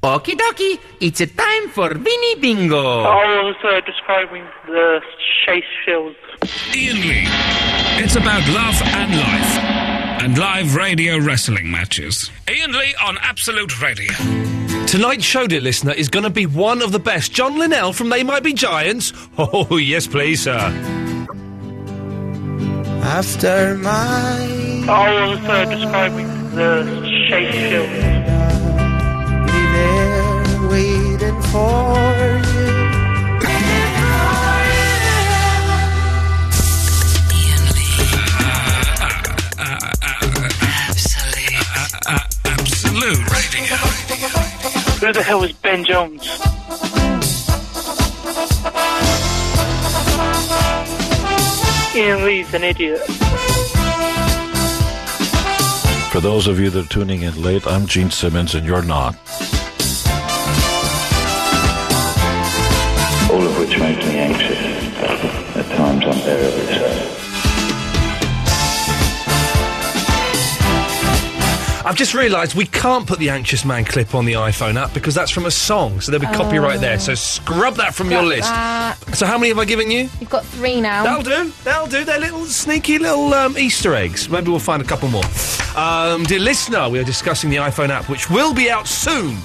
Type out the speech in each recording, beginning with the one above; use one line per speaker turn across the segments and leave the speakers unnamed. Okie dokie, it's a time for Vinny
Oh.
Bingo.
I was uh, describing the chase fields.
Ian Lee. It's about love and life and live radio wrestling matches. Ian Lee on Absolute Radio.
Tonight's show, dear listener, is going to be one of the best. John Linnell from They Might Be Giants. Oh, yes, please, sir.
After my
I was uh, describing the chase fields.
be there waiting for you.
Absolute Radio.
Who the hell is Ben Jones? Ian Lee's an idiot.
For those of you that are tuning in late, I'm Gene Simmons and you're not.
all of which make me anxious. At times I'm terribly sad.
I've just realised we can't put the Anxious Man clip on the iPhone app because that's from a song, so there'll be copyright there. So scrub that from your
Got
list.
that.
So, how many have I given you?
You've got three now.
That'll do. That'll do. They're little sneaky little um, Easter eggs. Maybe we'll find a couple more. Um, dear listener, we are discussing the iPhone app, which will be out soon.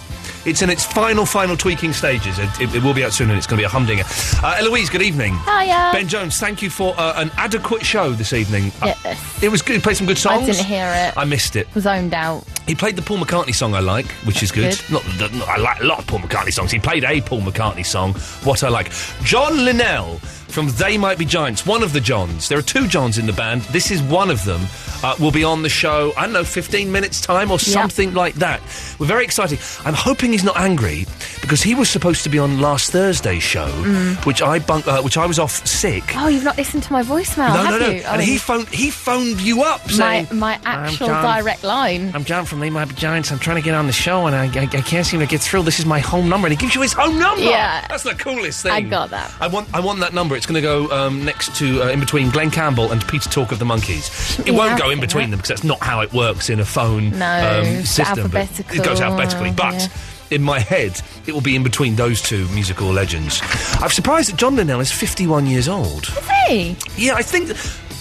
It's in its final, final tweaking stages. It, it, it will be out soon, and it's going to be a humdinger. Uh, Eloise, good evening.
Hiya.
Ben Jones, thank you for uh, an adequate show this evening. Uh,
Yes.
it was good. You played some good songs.
I didn't hear it.
I missed it.
was zoned out.
He played the Paul McCartney song I like, which is good.
good.
Not, the- not- I like a lot of Paul McCartney songs. He played a Paul McCartney song, what I like. John Linnell from They Might Be Giants, one of the Johns. There are two Johns in the band. This is one of them. Uh, will be on the show. I don't know, fifteen minutes time or something like that. We're very excited. I'm hoping he's not angry because he was supposed to be on last Thursday's show,
Mm.
which I bunk, uh, which I was off sick.
Oh, you've not listened to my voicemail,
no, no,
have
no.
you?
And
Oh.
he phoned. He phoned you up saying
my my actual
John.
direct line.
I'm John from They Might Be Giants. I'm trying to get on the show and I, I, I can't seem to get through. This is my home number. And he gives you his home number.
Yeah.
That's the coolest thing.
I got that.
I want, I want that number. It's going to go um, next to, uh, in between Glenn Campbell and Peter Talk of the Monkeys. It
Yeah,
won't go in
okay.
between them because that's not how it works in a phone
No,
um,
it's
system. but It goes
alphabetical,
alphabetically.
uh,
But
yeah.
in my head, it will be in between those two musical legends. I'm surprised that John Linnell is 51 years old.
Hey.
Yeah, I think,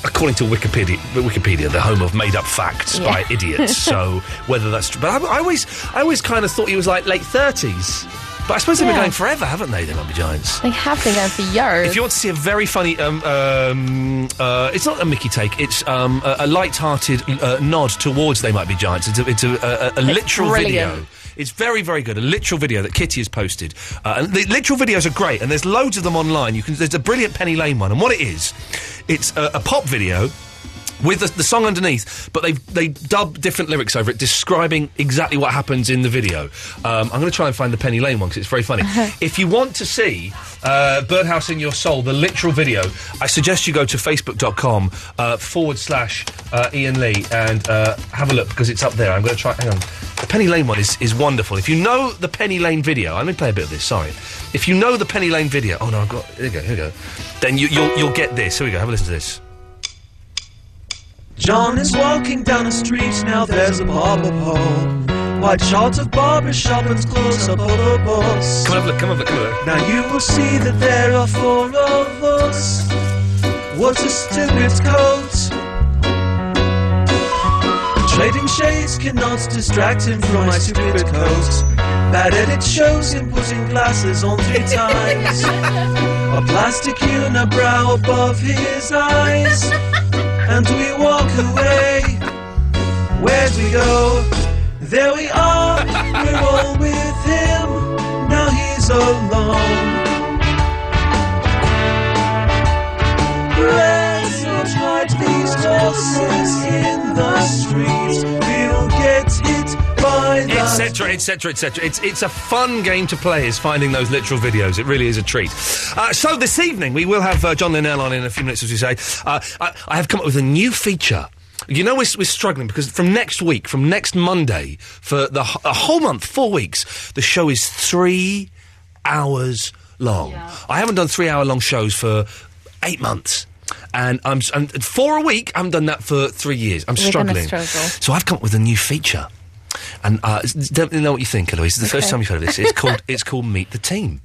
according to Wikipedia, Wikipedia, the home of made-up facts
Yeah.
by idiots. so whether that's true, but I, I always, I always kind of thought he was like late thirties. But I suppose they've been
Yeah.
going forever, haven't they? They might be giants.
They have been going for years.
If you want to see a very funny, um, um, uh, it's not a Mickey take. It's um, a, a light-hearted uh, nod towards they might be giants. It's a, it's a, a, a literal
brilliant.
video. It's very, very good. A literal video that Kitty has posted, uh, and the literal videos are great. And there's loads of them online. You can. There's a brilliant Penny Lane one, and what it is, it's a, a pop video. With the, the song underneath, but they they dub different lyrics over it, describing exactly what happens in the video. Um, I'm going to try and find the Penny Lane one because it's very funny. if you want to see uh, "Birdhouse in Your Soul," the literal video, I suggest you go to facebook.com uh, forward slash uh, Ian Lee and uh, have a look because it's up there. I'm going to try. Hang on. The Penny Lane one is, is wonderful. If you know the Penny Lane video, I'm going to play a bit of this. Sorry. If you know the Penny Lane video, oh no, I've got here we go, here we go. Then you, you'll you'll get this. Here we go. Have a listen to this.
John is walking down the street, now there's a barber White shorts of barber shop and close up of the boss.
Come have a look. Come have a look. Come have a look.
Now you will see that there are four of us. What's a stupid coat? Trading shades cannot distract him from my stupid coat. Bad edit shows him putting glasses on three times. a plastic unibrow above his eyes. And we walk away. Where'd we go? There we are. We're all with him. Now he's alone. Let's not hide these horses in the street. We'll get hit by the
Etc. Etc. Etc. It's it's a fun game to play. Is finding those literal videos. It really is a treat. Uh, so this evening we will have uh, John Linnell on in a few minutes, as we say. Uh, I, I have come up with a new feature. You know we're, s- we're struggling because from next week, from next Monday, for the h- a whole month, four weeks, the show is three hours long. I haven't done three hour long shows for eight months. And I'm, s- and four a week. I haven't done that for three years. I'm
We're gonna
struggling.
struggle.
So I've come up with a new feature. and uh, it's- don't know what you think, Eloise. It's the first
Okay.
time you've heard of this. It's called it's called Meet the Team,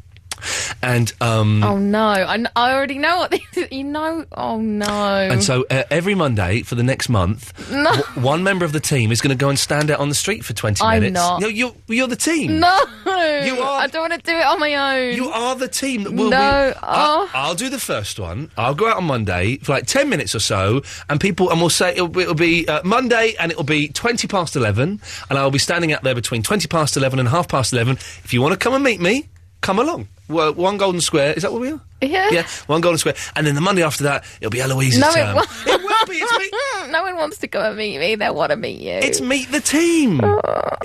and um,
Oh no! I, kn- I already know what this is. You know? Oh no!
And so uh, every Monday for the next month, w- one member of the team is going to go and stand out on the street for 20
I'm
minutes.
not.
No, you're, you're the team.
no,
You are-
I don't want to do it on my own.
You are the team that will
No,
win.
oh.
I, will do the first one. I'll go out on Monday for like 10 minutes or so, and people, and we'll say it'll, be- it'll be uh, Monday and it'll be 20 past 11, and I'll be standing out there between 20 past 11 and half past 11. If you want to come and meet me, come along. Well, one golden square. Is that what we are?
Yeah.
Yeah, Oh, one golden square. And then the Monday after that, it'll be Eloise's
no,
turn.
it won't.
It will be. It's me.
no one wants to come and meet me. They want to meet you.
It's meet the team.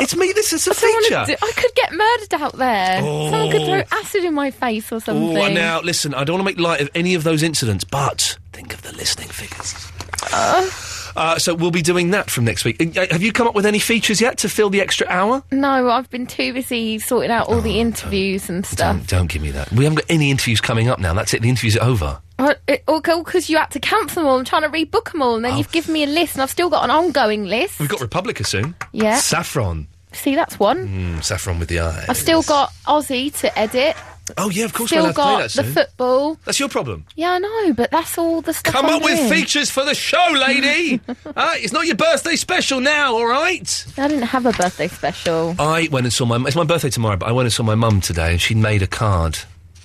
It's meet. This is a
Uh, I, don't
feature.
wanna do- I could get murdered out there. Someone could
Oh.
throw acid in my face or
Oh,
something.
and now listen. I don't want to make light of any of those incidents, but think of the listening figures. Uh, so we'll be doing that from next week. Uh, Have you come up with any features yet to fill the extra hour?
No, I've been too busy sorting out all the interviews and stuff.
Oh, Don't, don't give me that. We haven't got any interviews coming up now. That's it. The interviews are over.
Well, it- All because you had to cancel them all. I'm trying to rebook them all, and then
Oh.
you've given me a list, and I've still got an ongoing list.
We've got Republica soon.
Yeah.
Saffron.
See, that's one.
Mm, saffron with the eye.
I've still got Aussie to edit.
Oh yeah, of course we'll
Still
have to play
got
that
the
soon.
football.
That's your problem.
Yeah, I know, but that's all the stuff.
Come
I'm
up with
doing.
features for the show, lady. uh, it's not your birthday special now, all right?
I didn't have a birthday special.
I went and saw my. It's my birthday tomorrow, but I went and saw my mum today, and she made a card,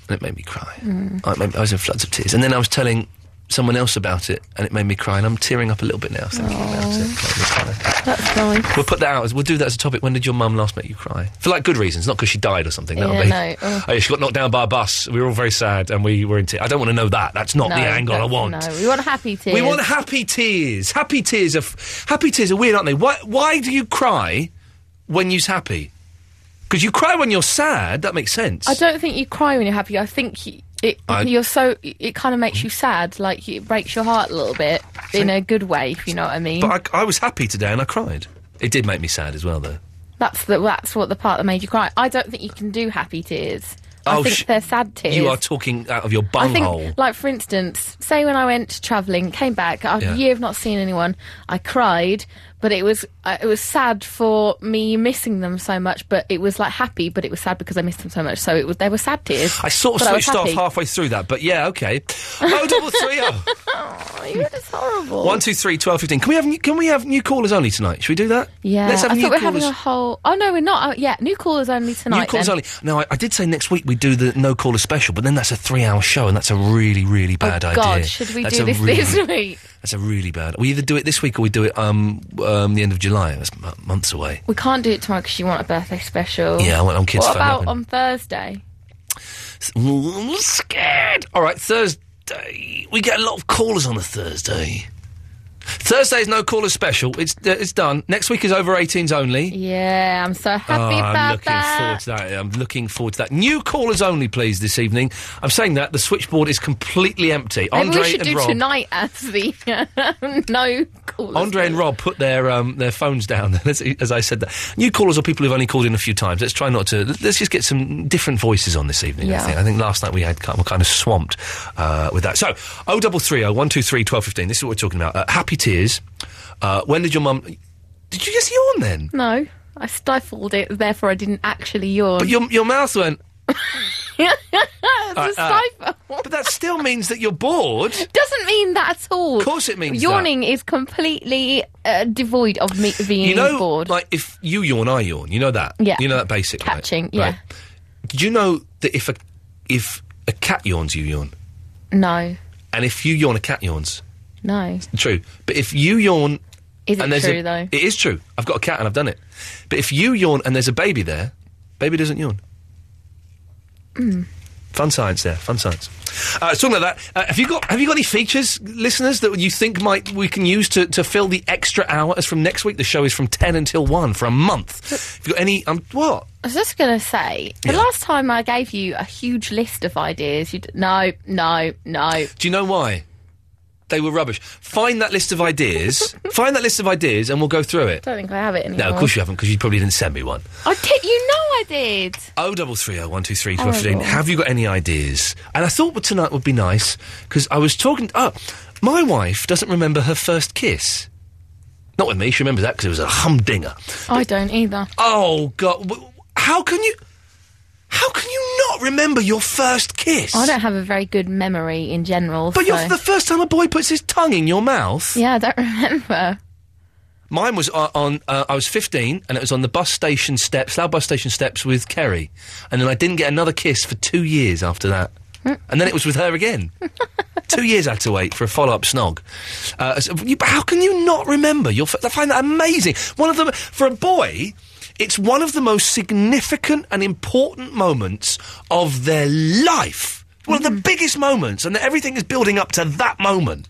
and it made me cry. I, it made- I was in floods of tears, and then I was telling someone else about it, and it made me cry, and I'm tearing up a little bit now thinking about it. It made me cry.
That's nice.
We'll put that out. as We'll do that as a topic. When did your mum last make you cry? For like good reasons, not because she died or something. That'll
Yeah,
be.
no, ugh.
Oh, yeah, she got knocked down by a bus. We were all very sad, and we were in tears. I don't want to know that. That's not
No,
the angle I
that's-
want.
No, we want happy tears.
We want happy tears. Happy tears are f- happy tears are weird, aren't they? Why why do you cry when you're happy? Because you cry when you're sad. That makes sense.
I don't think you cry when you're happy. I think you, it,
I-
you're so. It kind of makes you sad. Like it breaks your heart a little bit in a good way, if you know what I mean.
But I, I was happy today and I cried. It did make me sad as well, though.
that's the that's what the part that made you cry. I don't think you can do happy tears.
Oh,
I think
sh-
they're sad tears.
You are talking out of your
I think,
bunghole.
like for instance, say when I went travelling, came back after
Yeah.
a year of not seeing anyone, I cried, but it was uh, it was sad for me missing them so much. But it was like happy, but it was sad because I missed them so much. So it was they were sad tears.
I sort of
but I was
switched off
happy.
halfway through that, but yeah, okay. Oh, double three oh.
Oh, you're just horrible.
One, two, three, twelve, fifteen. Can we have new, can we have new callers only tonight? Should we do that?
Yeah,
Let's have
I
new
thought we're
callers.
having a whole. Oh no, we're not. Oh, yeah, new callers only tonight.
New callers
then.
only. No, I, I did say next week we do the no caller special, but then that's a three-hour show, and that's a really, really bad
oh,
idea.
God, should we
That's
do
a
this
really-
this week?
That's a really bad. We either do it this week or we do it um, um the end of July. That's m- months away.
We can't do it tomorrow because you want a birthday special.
Yeah, I want on kids.
What
phone up
about
and-
on Thursday?
Ooh, I'm scared. All right, Thursday. We get a lot of callers on a Thursday. Thursday's no caller special. It's uh, it's done. Next week is over 18s only.
Yeah, I'm so happy
Oh,
about
I'm looking
that.
forward to that. I'm looking forward to that. New callers only, please, this evening. I'm saying that the switchboard is completely empty.
Maybe
Andre
we should
and
do
Rob.
tonight as the no callers.
Andre and Rob put their um, their phones down as, as I said that. New callers are people who've only called in a few times. Let's try not to. Let's just get some different voices on this evening. I
Yeah.
think. I think last night we had kind- were kind of swamped uh, with that. So oh double three oh one two three twelve fifteen. This is what we're talking about. Uh, happy tears. Uh, when did your mum? Did you just yawn then?
No, I stifled it. Therefore, I didn't actually yawn.
But your your mouth went.
it's a
uh,
stifle.
But that still means that you're bored.
Doesn't mean that at all. Of
course it means that.
yawning is completely uh, devoid of me being
You know,
bored.
like if you yawn, I yawn. You know that.
Yeah.
You know that basic right?
Catching,
Right.
yeah.
Did you know that if a if a cat yawns, you yawn?
No,
And if you yawn, a cat yawns.
no.
True. But if you yawn,
Is it
and there's
true
a,
though?
It is true. I've got a cat and I've done it. But if you yawn and there's a baby there, baby doesn't yawn.
Mm.
Fun science there. Fun science. Uh, talking about that, uh, have you got have you got any features, listeners, that you think might we can use to, to fill the extra hour? As from next week, the show is from ten until one for a month. Have you got any? Um, what?
I was just going to say, the
Yeah.
last time I gave you a huge list of ideas, you d- no, no, no.
Do you know why? They were rubbish. Find that list of ideas. find that list of ideas, and we'll go through it.
Don't think I have it anymore.
No, of course you haven't, because you probably didn't send me one.
I did. You know I did.
Oh, double three oh one two three
Oh,
twelve fifteen.
God.
Have you got any ideas? And I thought well, tonight would be nice because I was talking. Oh, my wife doesn't remember her first kiss. Not with me. She remembers that because it was a humdinger.
I don't either.
Oh God! W- How can you? How can you not remember your first kiss?
I don't have a very good memory in general.
But
so.
you're the first time a boy puts his tongue in your mouth.
yeah, I don't remember.
Mine was uh, on. Uh, I was 15, and it was on the bus station steps, Slough bus station steps, with Kerry, and then I didn't get another kiss for two years after that, and then it was with her again. two years I had to wait for a follow-up snog. Uh, so you, but how can you not remember? Your, f- I find that amazing. One of them for a boy. It's one of the most significant and important moments of their life. One of the biggest moments, and everything is building up to that moment.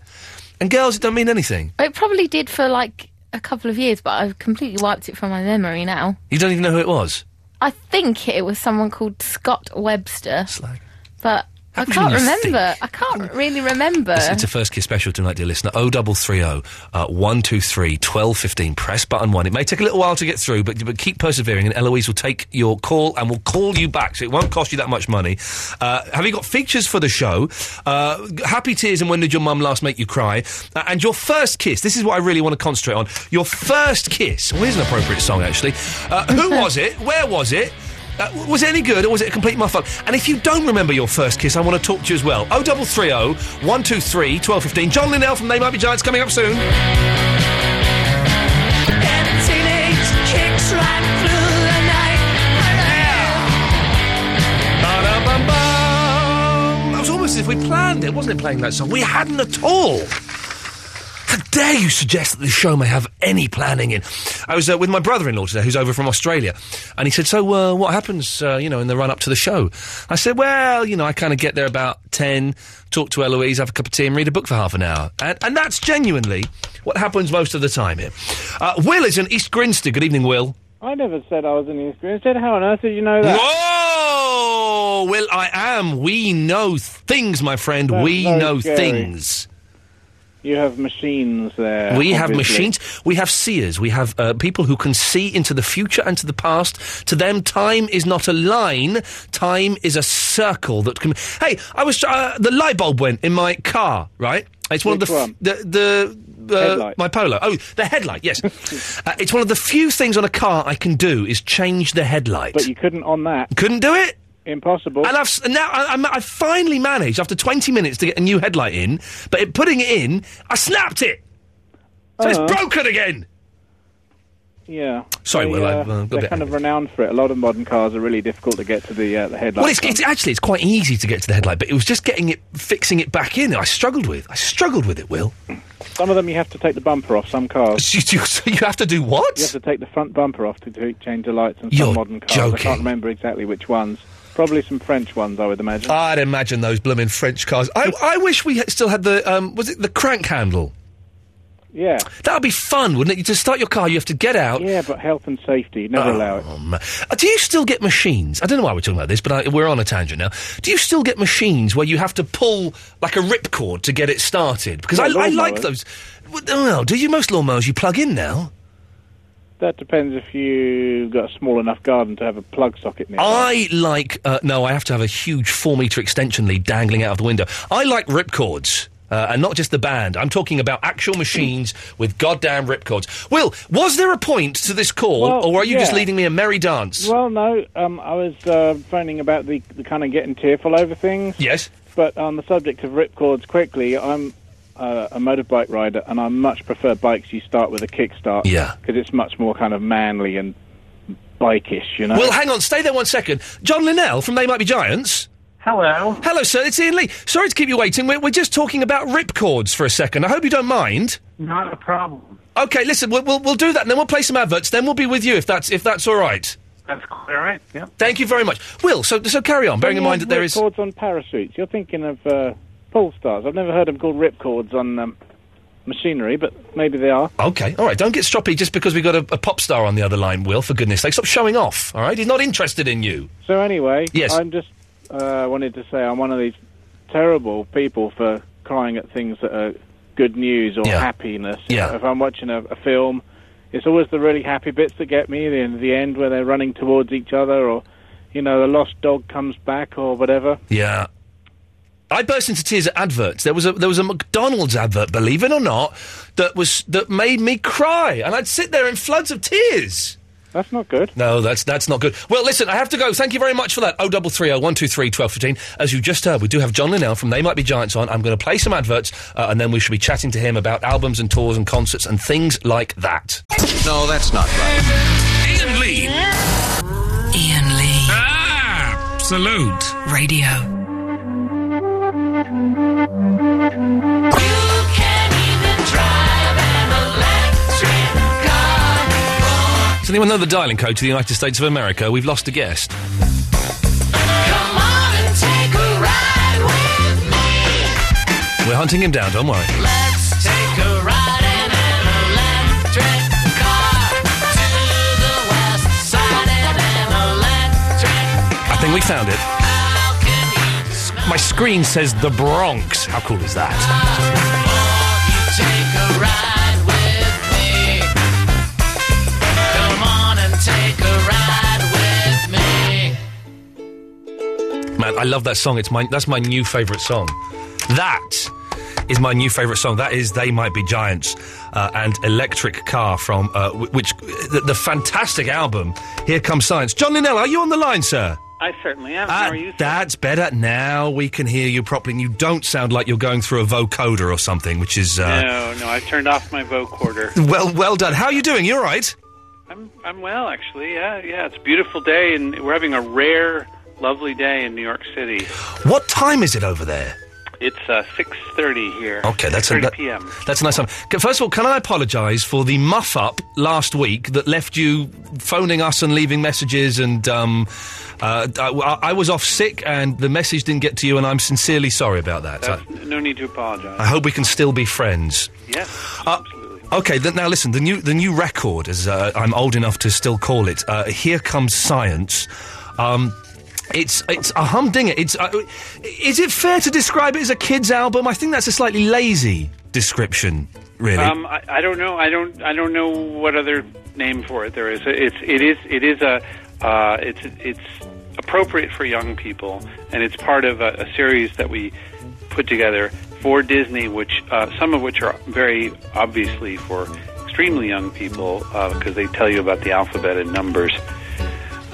And girls, it don't mean anything.
It probably did for like a couple of years, but I've completely wiped it from my memory now.
You don't even know who it was.
I think it was someone called Scott Webster,
Slag.
but I
can
can't
you
remember. I can't really remember.
It's, it's a first kiss special tonight, dear listener. 0330 uh, 123 1215. Press button one. It may take a little while to get through, but, but keep persevering, and Eloise will take your call and will call you back. So it won't cost you that much money. Uh, have you got features for the show? Uh, g- happy tears and when did your mum last make you cry? Uh, and your first kiss. This is what I really want to concentrate on. Your first kiss. Well, here's an appropriate song, actually. Uh, who was it? Where was it? Uh, w- was it any good or was it a complete muff up? And if you don't remember your first kiss, I want to talk to you as well. 0330 123 1215. John Linnell from They Might Be Giants coming up soon. Ba-da-bum-bum. That was almost as if we planned it, wasn't it, playing that song? We hadn't at all. How dare you suggest that this show may have any planning in? I was uh, with my brother-in-law today, who's over from Australia, and he said, "So, uh, what happens, uh, you know, in the run-up to the show?" I said, "Well, you know, I kind of get there about ten, talk to Eloise, have a cup of tea, and read a book for half an hour, and, and that's genuinely what happens most of the time here." Uh, Will is in East Grinstead. Good evening, Will.
I never said I was in East Grinstead. How on earth did you know that?
Whoa! Will, I am. We know things, my friend.
That's
we
very
know
scary.
things.
You have machines there.
we have
obviously.
machines. We have seers. We have uh, people who can see into the future and to the past. To them, time is not a line. Time is a circle that can. Hey, I was uh, the light bulb went in my car. Right, it's one
Which
of the f-
one?
the the. Uh,
Headlight.
my polo. Oh, the headlight. Yes, uh, it's one of the few things on a car I can do is change the headlight.
But you couldn't on that.
Couldn't do it.
Impossible.
And I've s- and now I, I, I finally managed after 20 minutes to get a new headlight in, but it, putting it in, I snapped it. So it's
Uh-huh.
broken again.
yeah.
Sorry,
they,
Will, I-
uh,
I've got a
they're
bit
kind of renowned for it. A lot of modern cars are really difficult to get to the uh, the headlight.
Well, it's, it's actually it's quite easy to get to the headlight, but it was just getting it, fixing it back in. that I struggled with. I struggled with it. Will
Some of them you have to take the bumper off. Some cars
So you, so you have to do what?
you have to take the front bumper off to do, change the lights. And
You're
some modern cars. I
joking.
can't remember exactly which ones. Probably some French ones, I would imagine.
I'd imagine those blooming French cars. I, I wish we had- still had the um, was it the crank handle?
yeah,
That would be fun, wouldn't it? You just start your car, you have to get out.
yeah, but health and safety never allow it.
Oh, ma- Uh, do you still get machines? I don't know why we're talking about this, but I, we're on a tangent now. Do you still get machines where you have to pull like a ripcord to get it started? Because
Yeah,
I, I like
lawnmowers.
those. Well, no, no, do you most lawnmowers you plug in now?
That depends if you've got a small enough garden to have a plug socket near.
I like. Uh, no, I have to have a huge four metre extension lead dangling out of the window. I like ripcords. Uh, and not just the band. I'm talking about actual machines with goddamn ripcords. Will, was there a point to this call,
Well,
or are you just
yeah.
leading me a merry dance?
Well, no, um, I was uh, phoning about the, the kind of getting tearful over things.
yes.
But on the subject of ripcords, quickly, I'm uh, a motorbike rider, and I much prefer bikes you start with a kickstart.
Yeah.
Because it's much more kind of manly and bikeish, you know.
Will, hang on, stay there one second. John Linnell from They Might Be Giants.
Hello.
Hello, sir, it's Ian Lee. Sorry to keep you waiting. We're, we're just talking about ripcords for a second. I hope you don't mind.
Not a problem.
Okay, listen, we'll, we'll, we'll do that, and then we'll play some adverts, then we'll be with you if that's, if that's all right.
That's quite all right. Yeah.
Thank you very much. Will, so, so carry on, bearing in mind that there is.
ripcords on parachutes. You're thinking of uh, pole stars. I've never heard them called ripcords on um, machinery, but maybe they are.
Okay, all right, don't get stroppy just because we got a, a pop star on the other line, Will, for goodness sake. Stop showing off, all right? He's not interested in you.
So anyway,
Yes.
I'm just uh, wanted to say I'm one of these terrible people for crying at things that are good news or
Yeah.
happiness.
Yeah.
If I'm watching a, a film, it's always the really happy bits that get me. The, the end where they're running towards each other, or you know, the lost dog comes back, or whatever.
Yeah. I burst into tears at adverts. There was a there was a McDonald's advert, believe it or not, that was that made me cry, and I'd sit there in floods of tears.
That's not good.
No, that's that's not good. Well, listen, I have to go. Thank you very much for that. Oh, double three oh one two three twelve fifteen. As you just heard, we do have John Linnell from They Might Be Giants on. I'm going to play some adverts, uh, and then we should be chatting to him about albums and tours and concerts and things like that. No, that's not right.
Ian Lee.
Ian Lee.
Ah, salute.
Radio.
Does anyone know the dialing code to the United States of America? We've lost a guest. We're hunting him down. Don't worry. I think we found it. My screen says the Bronx. How cool is that? Man, I love that song. It's my that's my new favourite song. That is my new favourite song. That is "They Might Be Giants" uh, and "Electric Car" from uh, wh- which the, the fantastic album "Here Comes Science." John Linnell, are you on the line, sir?
I certainly am.
Ah,
How are you?
That's better. Now we can hear you properly, and you don't sound like you're going through a vocoder or something, which is uh,
no, no, I've turned off my vocorder.
well, well done. How are you doing? You all right?
I'm, I'm well, actually. Yeah, yeah. It's a beautiful day, and we're having a rare, lovely day in New York City.
What time is it over there?
It's uh, 6.30 here.
Okay, that's a,
30
that-
p.m.
that's a nice one. C- First of all, can I apologise for the muff up last week that left you phoning us and leaving messages? And um, uh, I, I was off sick, and the message didn't get to you, and I'm sincerely sorry about that. I,
That's, no need to apologize.
I hope we can still be friends.
yes.
Uh, okay, th- now listen. The new the new record, as uh, I'm old enough to still call it, uh, "Here Comes Science." Um, it's it's a humdinger. It's uh, is it fair to describe it as a kids album? I think that's a slightly lazy description, really.
Um, I, I don't know. I don't. I don't know what other name for it there is. It's. It is. It is a. Uh, it's. It's appropriate for young people, and it's part of a, a series that we put together for Disney, which uh, some of which are very obviously for extremely young people because they tell you about the alphabet and numbers.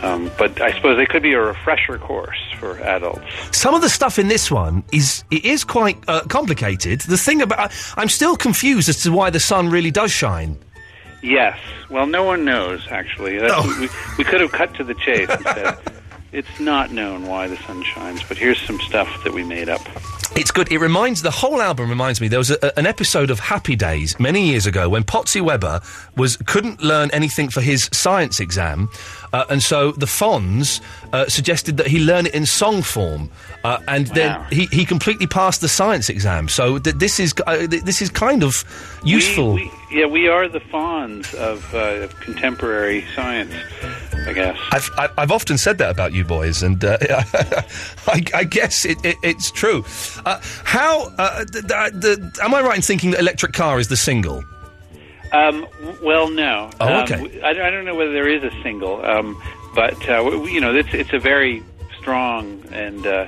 Um, but I suppose they could be a refresher course for adults.
Some of the stuff in this one is it is quite uh, complicated. The thing about I, I'm still confused as to why the sun really does shine.
Yes. Well, no one knows, actually. That's, we, we could have cut to the chase and said, it's not known why the sun shines, but here's some stuff that we made up.
It's good. It reminds the whole album reminds me. There was a, a- an episode of Happy Days many years ago when Potsy Weber was couldn't learn anything for his science exam, uh, and so the Fonz uh, suggested that he learn it in song form, uh, and then he, he completely passed the science exam. So th- this is uh, th- this is kind of useful.
We, we, yeah, we are the fawns of, uh, of contemporary science, I guess.
I've, I- I've often said that about you boys, and uh, I, I guess it, it, it's true. Uh, how uh, th- th- th- am I right in thinking that Electric Car is the single?
Um, w- well, no.
Oh,
Um,
okay.
w- I, I don't know whether there is a single, um, but, uh, w- w- you know, it's, it's a very strong and uh,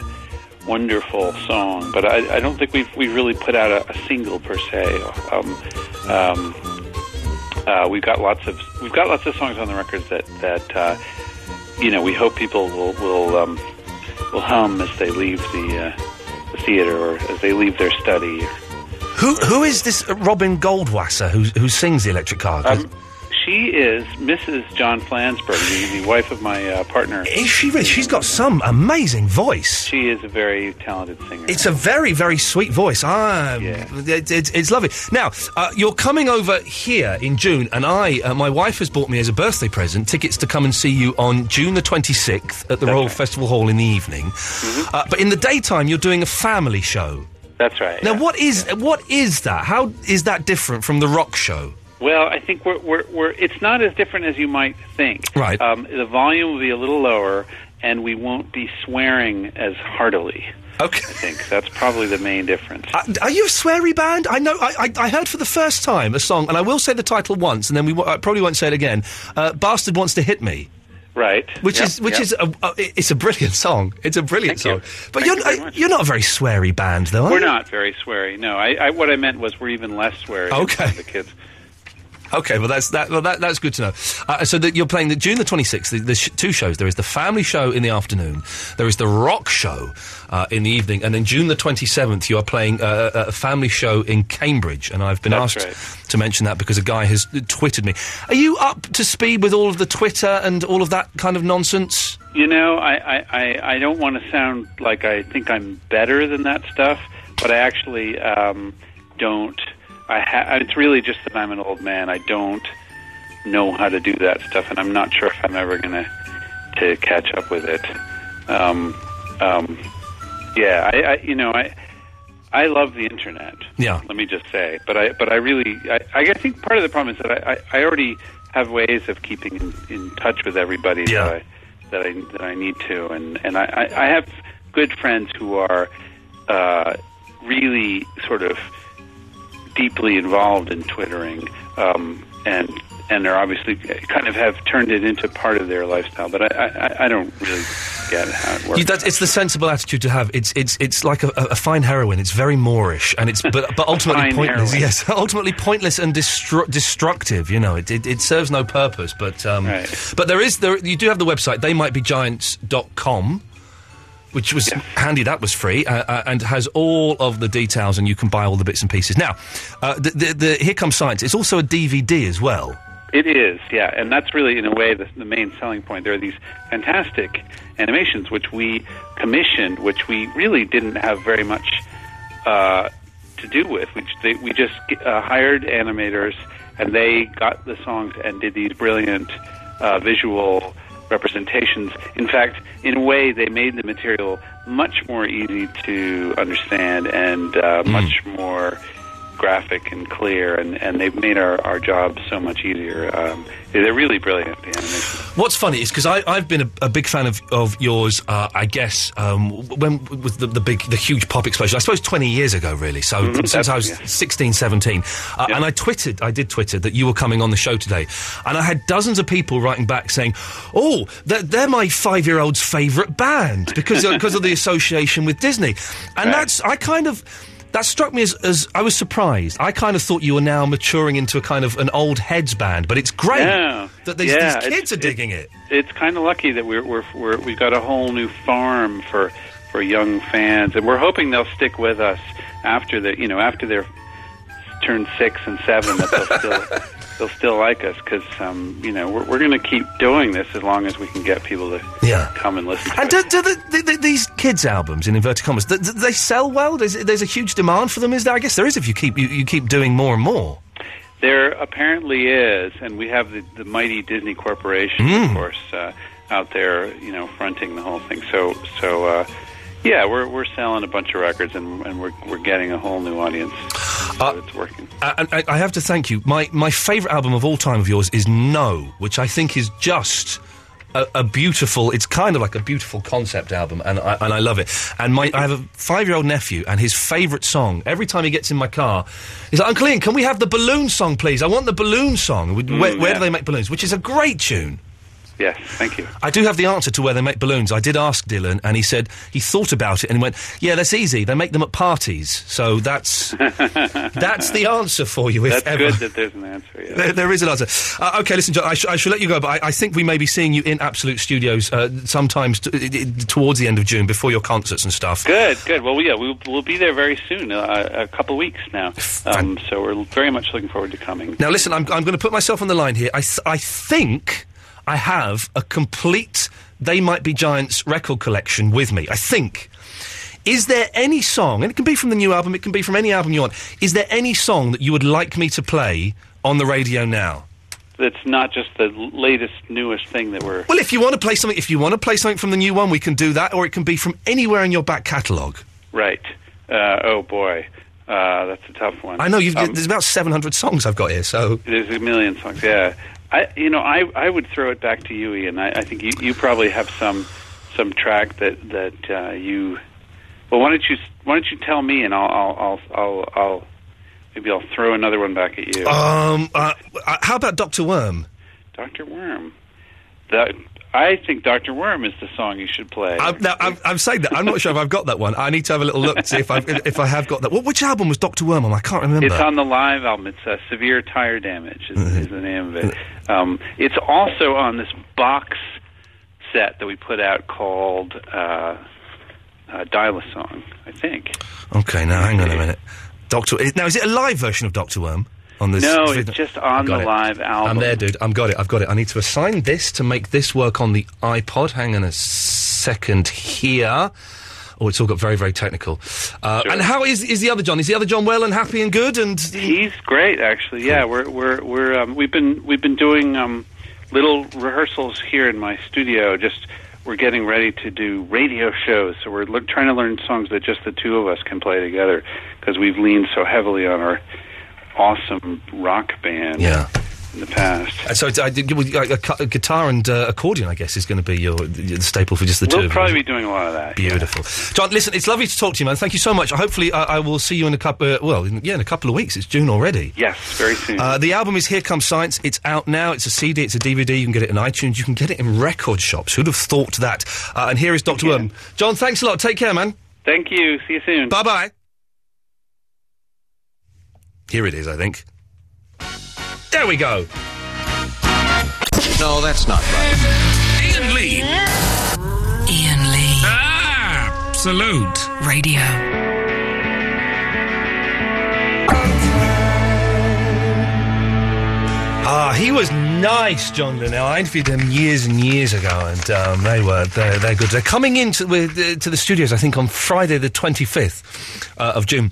wonderful song, but I, I don't think we've, we've really put out a, a single per se. Um, um, uh, we've got lots of we've got lots of songs on the records that that uh, you know we hope people will will um, will hum as they leave the, uh, the theater or as they leave their study.
Who who is this uh, Robin Goldwasser who who sings the Electric Car?
Uh,
'Cause-
Um, She is Mrs. John Flansburgh, the, the wife of my uh, partner.
is she really? She's got some amazing voice.
She is a very talented singer.
It's a very very sweet voice. Ah, it, it, it's lovely. Now uh, you're coming over here in June, and I uh, my wife has bought me as a birthday present tickets to come and see you on June the 26th at the Royal Festival Hall in the evening. Uh, but in the daytime, you're doing a family show.
That's right.
Now, what is what is that? How is that different from the rock show?
Well, I think we're, we're, we're it's not as different as you might think.
Right.
Um, the volume will be a little lower, and we won't be swearing as heartily.
Okay.
I think that's probably the main difference.
Uh, are you a sweary band? I know. I, I, I heard for the first time a song, and I will say the title once, and then we w- I probably won't say it again. Uh, Bastard wants to hit me.
Right.
Which
Yep,
is which
yep.
is a, a, it's a brilliant song. It's a brilliant
Thank you.
song. But
Thank you
you're
very
uh,
much.
you're not a very sweary band, though. Are
We're
you?
not very sweary. No, I, I what I meant was we're even less sweary. than
Okay.
The kids.
Okay, well that's that. Well, that that's good to know. Uh, so that you're playing the June the 26th. There's sh- two shows. There is the family show in the afternoon. There is the rock show uh, in the evening, and then June the 27th you are playing uh, a, a family show in Cambridge. And I've been
That's
asked
right.
to mention that because a guy has twittered me. Are you up to speed with all of the Twitter and all of that kind of nonsense?
You know, I, I, I, I don't want to sound like I think I'm better than that stuff, but I actually um, don't. I ha- it's really just that I'm an old man. I don't know how to do that stuff, and I'm not sure if I'm ever gonna to catch up with it. Um, um, yeah, I, I you know I I love the internet.
Yeah.
Let me just say, but I but I really I, I think part of the problem is that I, I, I already have ways of keeping in, in touch with everybody that I that I that I need to, and and I, I, I have good friends who are uh, really sort of deeply involved in twittering, um, and and are obviously kind of have turned it into part of their lifestyle. But I I, I don't really get how it works.
You, that's, it's the sensible attitude to have. It's it's it's like a, a a fine heroin. It's very Moorish, and it's but but ultimately
Fine
pointless.
heroin.
Yes, ultimately pointless and destru- destructive. You know, it, it it serves no purpose. But um, but there is there you do have the website. They might be giants.com. Which was handy, that was free, uh, uh, and has all of the details, and you can buy all the bits and pieces. Now, uh, the, the, the Here Comes Science, it's also a DVD as well.
It is, yeah, and that's really, in a way, the, the main selling point. There are these fantastic animations which we commissioned, which we really didn't have very much uh, to do with. Which they, we just uh, hired animators, and they got the songs and did these brilliant uh, visual representations. In fact, in a way, they made the material much more easy to understand and uh, much more graphic and clear, and, and they've made our, our job so much easier. Um, they're really brilliant. The animation.
What's funny is because I've been a, a big fan of, of yours, uh, I guess, um, w- when w- with the, the big, the huge pop explosion, I suppose 20 years ago, really. So
Mhm,
since I was
that's-
16, 17. Uh, And I tweeted, I did Twitter that you were coming on the show today. And I had dozens of people writing back saying, oh, they're, they're my five year old's favourite band because, because of the association with Disney. And that's, I kind of. That struck me as, as I was surprised. I kind of thought you were now maturing into a kind of an old heads band, but it's great
Yeah.
that these,
Yeah,
these
it's-
kids are digging it.
It's kind of lucky that we're, we're, we're we've got a whole new farm for for young fans, and we're hoping they'll stick with us after the you know after they're turned six and seven that they'll still they'll still like us because um, you know we're, we're going to keep doing this as long as we can get people to
Yeah.
come and listen. to
And do, do the, the, the, these kids' albums, in inverted commas, th th they sell well? There's, there's a huge demand for them, is there? I guess there is if you keep you, you keep doing more and more.
There apparently is, and we have the, the mighty Disney Corporation, of
Mm.
course, uh, out there, you know, fronting the whole thing. So, so uh, yeah, we're we're selling a bunch of records, and, and we're we're getting a whole new audience. So it's working.
Uh, and I, I have to thank you. My my favourite album of all time of yours is No, which I think is just. A, a beautiful, it's kind of like a beautiful concept album, and I, and I love it. And my, I have a five year old nephew, and his favourite song, every time he gets in my car, he's like, Uncle Ian, can we have the balloon song, please? I want the balloon song. Where,
Mm,
where
yeah.
do they make balloons? Which is a great tune.
Yes, thank you.
I do have the answer to where they make balloons. I did ask Dylan, and he said he thought about it and he went, "Yeah, that's easy. They make them at parties." So that's that's the answer for you, if
That's
ever.
good that there's an answer. Yeah.
There, there is an answer. Uh, okay, listen, John, I, sh- I shall let you go, but I, I think we may be seeing you in Absolute Studios uh, sometimes t- i- i- towards the end of June before your concerts and stuff.
Good, good. Well, yeah, we'll, we'll be there very soon, uh, a couple weeks now. Um, so we're very much looking forward to coming.
Now, listen, I'm, I'm going to put myself on the line here. I, th- I think I have a complete They Might Be Giants record collection with me. I think. Is there any song, and it can be from the new album, it can be from any album you want, is there any song that you would like me to play on the radio now?
It's not just the latest, newest thing that we're.
Well, if you want to play something, if you want to play something from the new one, we can do that, or it can be from anywhere in your back catalogue.
Right. Uh, oh boy, uh, that's a tough one.
I know you've,
Um,
there's about 700 songs I've got here, so.
There's a million songs. Yeah, I you know I I would throw it back to you, Ian. I, I think you, you probably have some some track that that uh, you. Well, why don't you why don't you tell me and I'll I'll I'll I'll, I'll maybe I'll throw
Uh.
another one back at you,
Um, uh, uh, how about Doctor Worm?
Doctor Worm. That I think Doctor Worm is the song you should play.
I'm, now, I'm, I'm saying that. I'm not sure if I've got that one. I need to have a little look to see if, I've, if I have got that. What, which album was Dr. Worm on? I can't remember.
It's on the live album. It's uh, Severe Tire Damage is, is the name of it. Um, it's also on this box set that we put out called uh, uh, Dial a Song, I think.
Okay, now hang on a minute. Doctor, is- now is it a live version of Doctor Worm on this?
No,
this-
it's just on
Got
the
it.
live album.
I'm there, dude. I've got it. I've got it. I need to assign this to make this work on the iPod. Hang on a second here. Oh, it's all got very, very technical. Uh, And how is is the other John? Is the other John well and happy and good? And
he's great, actually. Yeah, we're we're we're um, we've been we've been doing um, little rehearsals here in my studio. Just we're getting ready to do radio shows, so we're look, trying to learn songs that just the two of us can play together because we've leaned so heavily on our awesome rock band.
Yeah.
in the past.
Uh, So it's, I did- well, uh, cu- guitar and uh, accordion, I guess, is going to be your the staple for just the two
we'll
of
probably
you.
be doing a lot of that.
Beautiful, John. Listen, it's lovely to talk to you, man. Thank you so much. Hopefully, I, I will see you in a couple. Uh, well, in, yeah, in a couple of weeks. It's June already.
Yes, very soon.
Uh, the album is Here Comes Science. It's out now. It's a CD. It's a DVD. You can get it in iTunes. You can get it in record shops. Who'd have thought that? Uh, and here is Doctor Worm. John, thanks a lot. Take care, man.
Thank you. See you soon.
Bye bye. Here it is, I think. There we go. No, that's not right.
Ian Lee.
Ian Lee.
Ah, salute.
Radio.
Ah, he was nice, John Linnell. I interviewed them years and years ago, and um, they were they're, they're good. They're coming into with, uh, to the studios, I think, on Friday the twenty fifth uh, of June.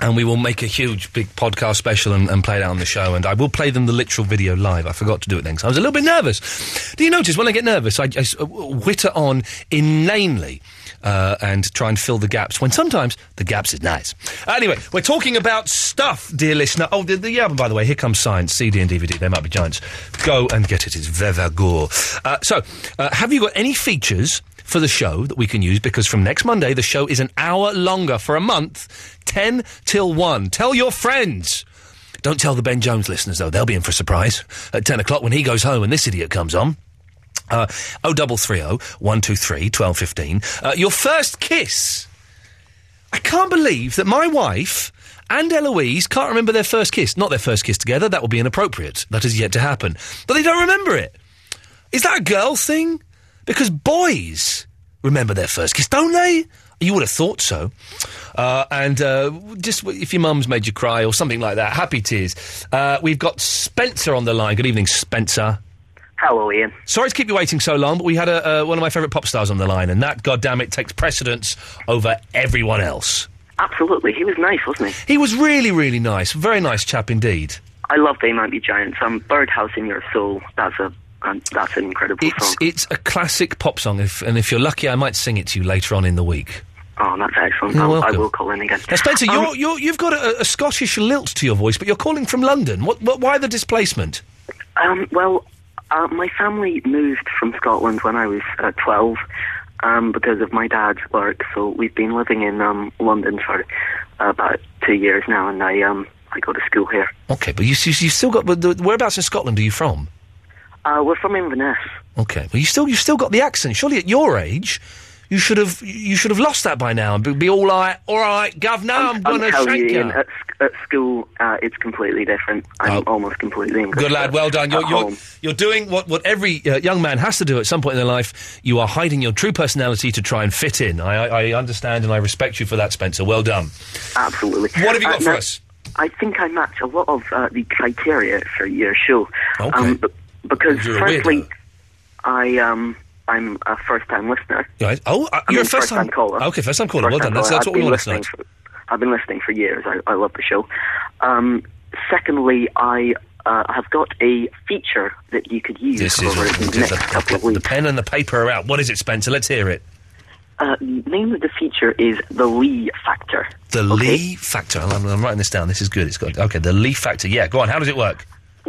And we will make a huge, big podcast special and, and play it out on the show. And I will play them the literal video live. I forgot to do it then because I was a little bit nervous. Do you notice when I get nervous, I, I s- witter on inanely uh, and try and fill the gaps when sometimes the gaps is nice. Anyway, we're talking about stuff, dear listener. Oh, the, the album, by the way, Here Comes Science, CD and DVD. They might be giants. Go and get it. It's Veva Gore. Uh, so, uh, have you got any features? for the show that we can use because from next Monday, the show is an hour longer for a month, 10 till 1. Tell your friends. Don't tell the Ben Jones listeners, though. They'll be in for a surprise at 10 o'clock when he goes home and this idiot comes on. Uh, 0330 123 1215. Uh, your first kiss. I can't believe that my wife and Eloise can't remember their first kiss. Not their first kiss together. That would be inappropriate. That is yet to happen. But they don't remember it. Is that a girl thing? Because boys remember their first kiss, don't they? You would have thought so. Uh, and uh, just w- if your mum's made you cry or something like that, happy tears. Uh, we've got Spencer on the line. Good evening, Spencer.
Hello, Ian.
Sorry to keep you waiting so long, but we had a, uh, one of my favourite pop stars on the line, and that, goddammit, takes precedence over everyone else.
Absolutely. He was nice, wasn't he?
He was really, really nice. Very nice chap indeed.
I love They Might Be Giants. Um, Birdhouse in Your Soul. That's a um, that's an incredible
It's,
song.
it's a classic pop song, if, and if you're lucky, I might sing it to you later on in the week.
Oh, that's excellent.
You're
I'll- I
welcome.
will call in again.
Now, Spencer,
Um,
you're, you're, you've got a, a Scottish lilt to your voice, but you're calling from London. What, what, why the displacement?
Um, well, uh, my family moved from Scotland when I was uh, 12 um, because of my dad's work. So we've been living in um, London for uh, about two years now, and I um, I go to school here.
Okay, but you, you, you've still got. But the, whereabouts in Scotland are you from?
Uh, we're from Inverness.
Okay, well, you still, you've still got the accent. Surely at your age, you should have, you should have lost that by now and be, be all right, all right, governor, I'm,
Um, I'm
going to
telling
shake
you, Ian,
you.
at, sc- at school, uh, it's completely different. I'm almost completely English.
Oh. Good lad, well done.
At
You're, you're,
home.
you're doing what, what every uh, young man has to do at some point in their life. You are hiding your true personality to try and fit in. I, I, I understand and I respect you for that, Spencer. Well done.
Absolutely.
What have you
Uh,
got for
now,
us?
I think I match a lot of uh, the criteria for your show. Um,
Okay.
b- because,
You're a
frankly, I um, I'm a first-time listener.
Right. Oh, uh,
I
you're
mean,
a first time
first-time caller.
Okay, first time caller. well done.
First-time
That's,
caller.
that's
I've
what we
been
want to know.
listening for- I've been listening for years. I, I love the show. Um, secondly, I uh, have got a feature that you could use
This is
over
what
the
we did.
next
The,
couple of
the pen and the paper are out. What is it, Spencer? Let's hear it.
Uh, the name of the feature is the Lee Factor.
The Lee factor. I'm, I'm writing this down. This is good. It's good. Okay, the Lee factor. Yeah, go on. How does it work?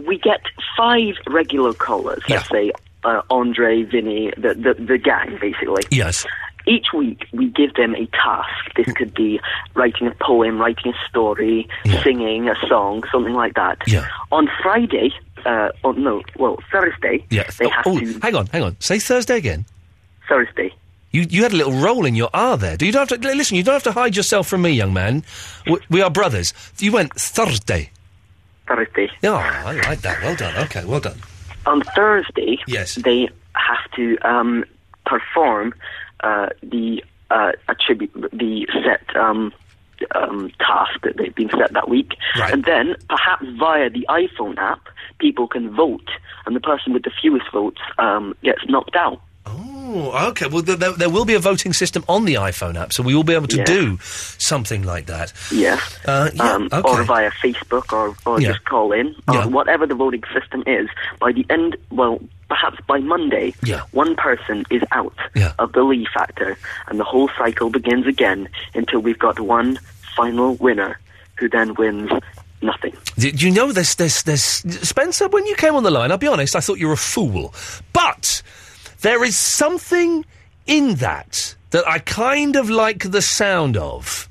We get five regular callers, let's say uh, Andre, Vinny, the, the, the gang, basically.
Yes.
Each week, we give them a task.
Mm.
This could be writing a poem, writing a story, singing a song, something like that.
Yeah.
On Friday, Uh, oh no, well Thursday.
Yes.
They have
oh,
to
hang on, hang on. Say Thursday again.
Thursday.
You you had a little roll in your R there. Do you don't have to li- listen? You don't have to hide yourself from me, young man. We, we are brothers. You went Thursday.
Thursday.
Yeah, I like that. Well done. Okay, well done.
on Thursday.
Yes.
They have to um, perform uh, the uh, a tribute, the set um, um, task that they've been set that week,
Right.
and then perhaps via the iPhone app, people can vote, and the person with the fewest votes um, gets knocked out.
Oh, okay. Well, there, there there will be a voting system on the iPhone app, so we will be able to
Yeah.
do something like that.
Yes.
Uh, yeah,
um,
okay.
Or via Facebook, or, or
Yeah.
just call in, or whatever the voting system is. By the end, well, perhaps by Monday,
Yeah.
one person is out of the Lee factor, and the whole cycle begins again until we've got one final winner who then wins nothing.
Do do you know this, this, this, Spencer? When you came on the line, I'll be honest, I thought you were a fool. But there is something in that that I kind of like the sound of.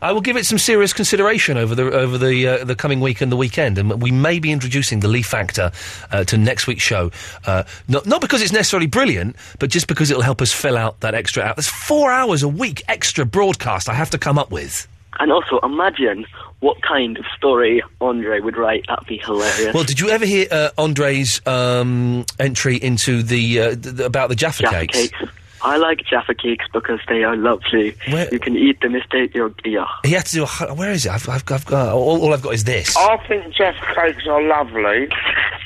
I will give it some serious consideration over the over the uh, the coming week and the weekend, and we may be introducing the Lee Factor uh, to next week's show. Uh, not not because it's necessarily brilliant, but just because it'll help us fill out that extra hour. That's four hours a week extra broadcast I have to come up with.
And also, imagine what kind of story Andre would write. That'd be hilarious.
Well, did you ever hear uh, Andre's um, entry into the, uh, th- th- about the Jaffa,
Jaffa
cakes?
I like Jaffa cakes because they are lovely. You can eat them if they are. Yeah.
He had to do. A, hu- where is it? I've, I've, I've got all, all I've got is this.
Oh,
I think Jeff cakes are lovely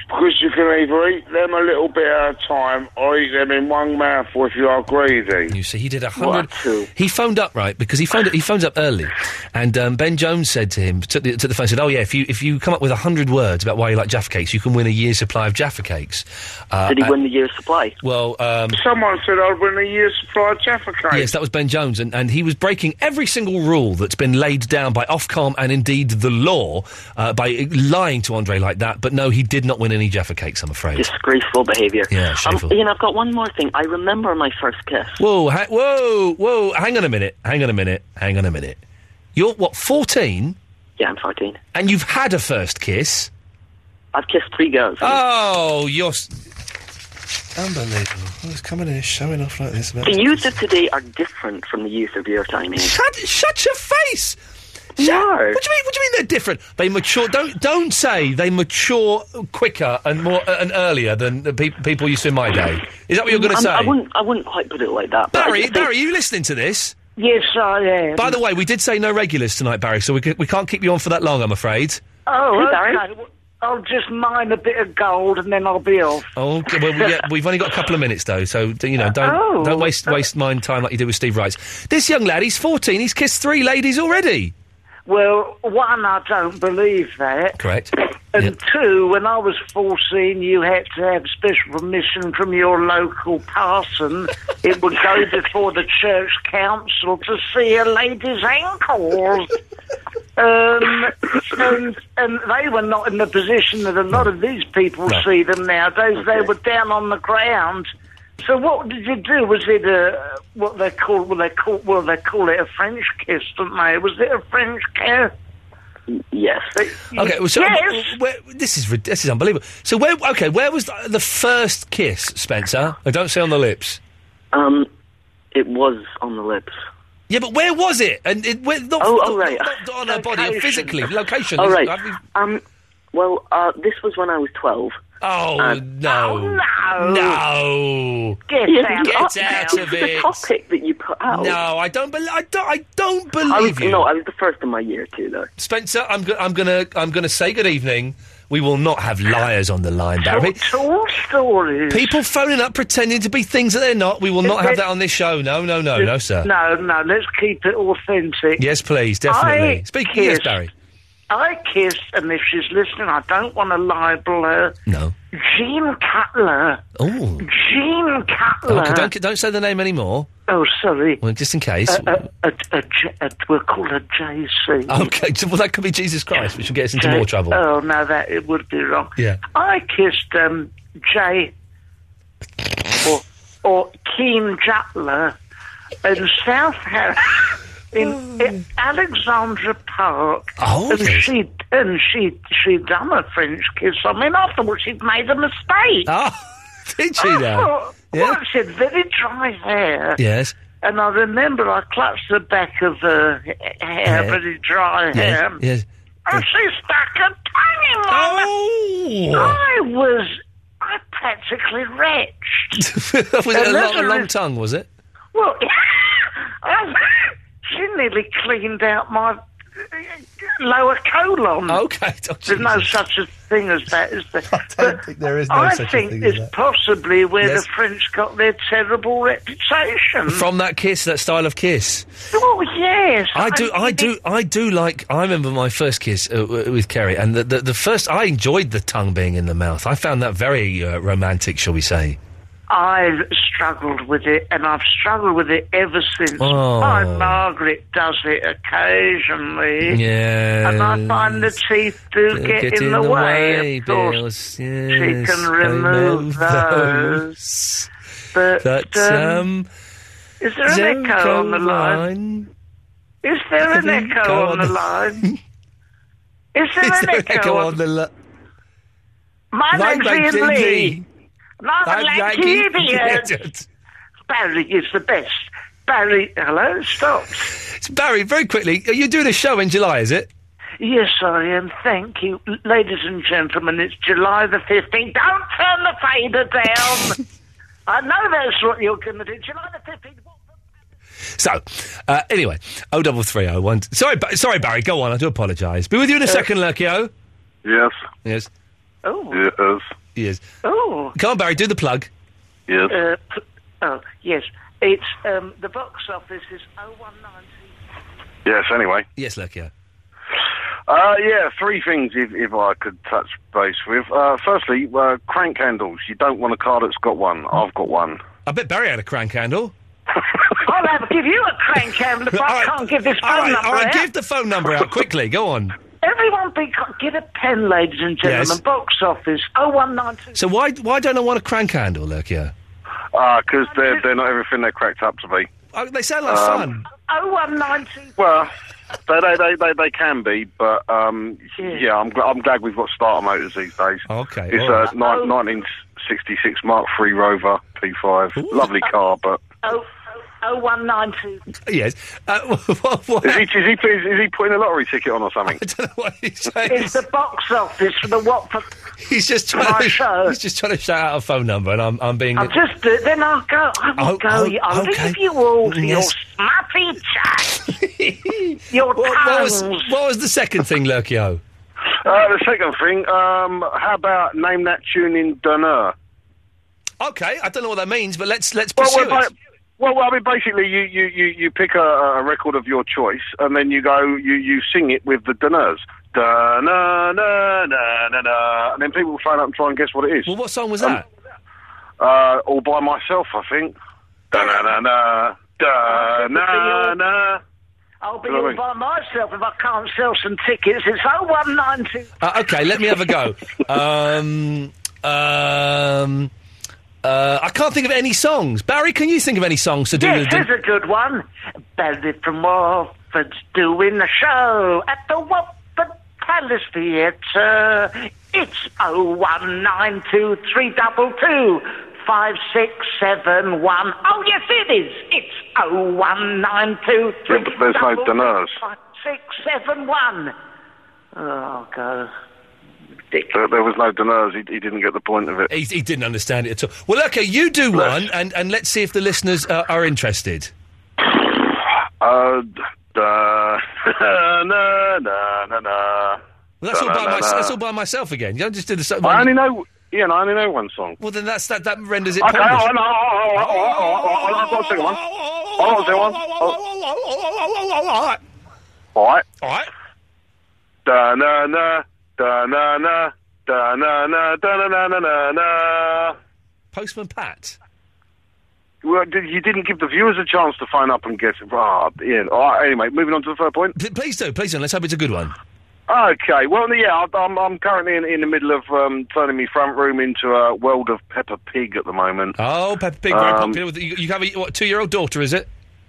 because you can either eat them a little bit at a time or eat them in one mouthful if you are greedy.
You see, he did a hundred. He phoned up right because he phoned. He phones up early, and um, Ben Jones said to him, took the, took the phone, said, "Oh yeah, if you if you come up with a hundred words about why you like Jaffa cakes, you can win a year's supply of Jaffa cakes." Uh,
Did he win
the
year's supply?
Well, um,
Someone said I'd win a year's supply of Jaffa cakes.
Yes, that was Ben Jones, and, and he was breaking every single rule that's been laid down by Ofcom and indeed the law uh, by lying to Andre like that. But no, he did not win any Jaffa cakes, I'm afraid.
Disgraceful behaviour.
Yeah,
Um,
shameful.
Ian, I've got one more thing. I remember my first kiss.
Whoa, ha- whoa, whoa! Hang on a minute, hang on a minute, hang on a minute. You're what, 14?
Yeah, I'm 14.
And you've had a first kiss?
I've kissed three girls.
Oh, you're. s- Unbelievable. I was coming in showing off like this. About
The youth of today are different from the youth of your time, Ian.
Shut, shut your face! Shut- What do you mean? What do you mean they're different? They mature. Don't don't say they mature quicker and more uh, and earlier than the peop people used to in my day. Is that what you're going to
I'm-
say?
I wouldn't, I wouldn't quite put it like that. but I
Barry,
think-
Barry, are you listening to this?
Yes, I am.
By the way, we did say no regulars tonight, Barry, so we, c- we can't keep you on for that long, I'm afraid.
Oh,
Hey,
okay.
Barry.
Well, I'll just mine a bit of gold and then I'll be off.
Oh, okay, well, we- yeah, we've only got a couple of minutes though, so d- you know, don't
Oh.
don't waste waste mine time like you did with Steve Wright. This young lad, he's fourteen. He's kissed three ladies already.
Well, one, I don't believe that.
Correct.
And two, when I was 14, you had to have special permission from your local parson. it would go before the church council to see a lady's ankles. Um, and, and they were not in the position that a lot of these people
No.
see them nowadays. They were down on the ground. So what did you do? Was it a what they call well they call well they call it a French kiss, don't they? Was it a French kiss?
Yes.
Okay, well, so
Yes.
uh, where, this is rid- this is unbelievable. So where okay, where was the, the first kiss, Spencer? Oh, don't say on the lips.
Um, it was on the lips.
Yeah, but where was it? And it, where, not,
Oh,
not-
oh, right.
not- not on her body, physically, location.
All
is-
right.
I mean-
Um, well, uh, this was when I was 12.
Oh,
Um,
no.
oh,
no.
No.
Get
Ian,
out.
you're
Get
up
out
with
of
the
it.
topic that you put out.
No, I don't believe. I don't. I don't believe
I was,
you.
No, I was the first in my year, too, though.
Spencer, I'm, go- I'm gonna I'm gonna say good evening. We will not have liars on the line, Barry.
Tall stories.
People phoning up pretending to be things that they're not. We will not have that on this show. No, no, no, no, sir.
No, no. Let's keep it authentic.
Yes, please, definitely.
I
Speaking yes,
kissed-
Barry.
I kissed, and if she's listening, I don't want to libel her.
No.
Jean Cutler.
Oh.
Jean Cutler.
Okay, don't don't say the name anymore.
Oh, sorry.
Well, just in case.
A, a, a, a, J- a, we'll call her JC.
okay. so- Well, that could be Jesus Christ, which will get us into
J-
more trouble.
Oh, no, that it would be wrong.
Yeah.
I kissed um, Jay or, or Keen Jutler in South Harrow. in, in Alexandra Park.
Oh,
and
yes.
she and she she done a French kiss on me, and I thought she'd made a mistake.
Oh, did she
I
now?
thought, Well, she had very dry hair.
Yes.
And I remember I clutched the back of her h- hair,
Hair.
very dry hair.
Yes. yes.
And she stuck her tongue in my mouth. I was, I practically wrecked.
was it a
And
long, a
that's-
long tongue? Was it?
Well, I- she nearly cleaned out my lower colon.
Okay.
There's no such a thing as that, is there? I don't think
there is
no
I
such a
think
thing as
it's
that.
possibly where
Yes.
the French got their terrible reputation.
From that kiss, that style of kiss.
Oh yes,
I do, I do, I do like. I remember my first kiss uh, w- with Kerry, and the, the the first. I enjoyed the tongue being in the mouth. I found that very uh, romantic, shall we say?
I've struggled with it, and I've struggled with it ever since.
Oh.
My Margaret does it occasionally.
Yeah.
And I find the teeth do
They'll
get, in, the, way, of course.
Bills.
she
Yes,
can
they
remove
know
those.
those.
But,
But, um,
is there an
there
echo on the
go
line? Is there an echo on the line? Is there
Is
an
there an
echo on
the line?
My name's Ian Lee.
I'm
I'm like
Yankee.
idiot. Barry is the best. Barry, hello, stop.
So Barry, very quickly, uh, you're doing a show in July, is it?
Yes, I am. Thank you. L- Ladies and gentlemen, it's July the 15th. Don't turn the fader down. I know that's what you're going to do. July the 15th.
So, uh, anyway, oh double three oh one. Sorry, ba- sorry, Barry. Go on. I do apologise. Be with you in a
Uh,
second, Lurkio.
Yes.
Yes.
Oh.
Yes.
Yes.
Oh.
Come on, Barry. Do the plug.
Yes.
Uh, p- oh, yes. It's um, the box office is 0190.
Yes. Anyway.
Yes, Lurkio.
Uh, yeah, three things if, if I could touch base with. Uh, firstly, uh, crank handles. You don't want a car that's got one. I've got one.
I bet Barry had a crank handle.
I'll have to give you a crank handle if I
Alright.
can't give this phone
All right,
number
all right.
out.
Give the phone number out quickly. Go on.
Everyone be, co- get a pen, ladies and gentlemen.
Yes.
Box office 0192.
So why why don't I want a crank handle, Lurkio?
Because Uh, they're, they're not everything they're cracked up to be.
Oh, they sound like
Um,
fun.
0192.
Well, they, they, they, they, they can be, but um, yeah, I'm, gl- I'm glad we've got starter motors these days.
Okay.
It's
all right.
a ni- 1966 Mark III Rover P5. Lovely car, but.
Oh, oh, 0192.
Yes. Uh, what, what?
Is, he, is, he, is he putting a lottery ticket on or something? I
don't know what he's
It's the box office for the Watford.
He's just trying to, he's just trying to shout out a phone number, and I'm I'm being.
I'll just do it, then I'll go. I will
Oh,
go.
oh,
I'll
okay.
leave you all to
Yes.
your smarty chat. your
what, what was
tongues.
what was the second thing, Lurkio?
Uh, the second thing, um, how about name that tune in Dunner?
Okay, I don't know what that means, but let's let's
Well,
pursue
well,
it.
ba- well, well, I mean, basically, you, you, you, you pick a, a record of your choice, and then you go, you, you sing it with the Dunners. Da na na na na na, and then people will phone up and try and guess what it is. Well,
what song was
that? Uh, all by myself, I think. Da na na na da na na.
I'll be
Hello,
all
mate.
by myself if I can't sell some tickets. It's 0192.
Uh, okay, let me have a go. um, um, uh, I can't think of any songs. Barry, can you think of any songs to do?
Yes,
the,
here's a good one. Barry from Watford's doing a show at the Watford Palace Theatre. It's 019232256711. Oh, yes, it is. It's oh
Yeah, but there's no Dunners.
0192325671. Oh, go.
There, there was no Dunners. He, he didn't get the point of it.
he, he didn't understand it at all. Well, okay, you do one, and, and let's see if the listeners uh, are interested.
Uh, da na na na na na.
Well, that's all by
Da-na-na-na.
myself. That's all by myself again. You don't just do the same.
I only know, yeah, and I only know one song.
Well, then that's that. That renders it.
Okay,
pointless.
oh, no, oh, oh, oh, oh, oh, oh, I've got a second one. Hold on a second one. All right.
All right.
Da na na da na na da na na da na na na na na.
Postman Pat.
Well, did- you didn't give the viewers a chance to phone up and guess. Ah, yeah. All right, anyway, moving on to the third point.
P- please do, please do. Let's hope it's a good one.
Okay, well, yeah, I- I'm, I'm currently in, in the middle of um, turning my front room into a world of Peppa Pig at the moment.
Oh, Peppa Pig, very
Um,
popular. With, you, you have a what, two-year-old daughter, is it?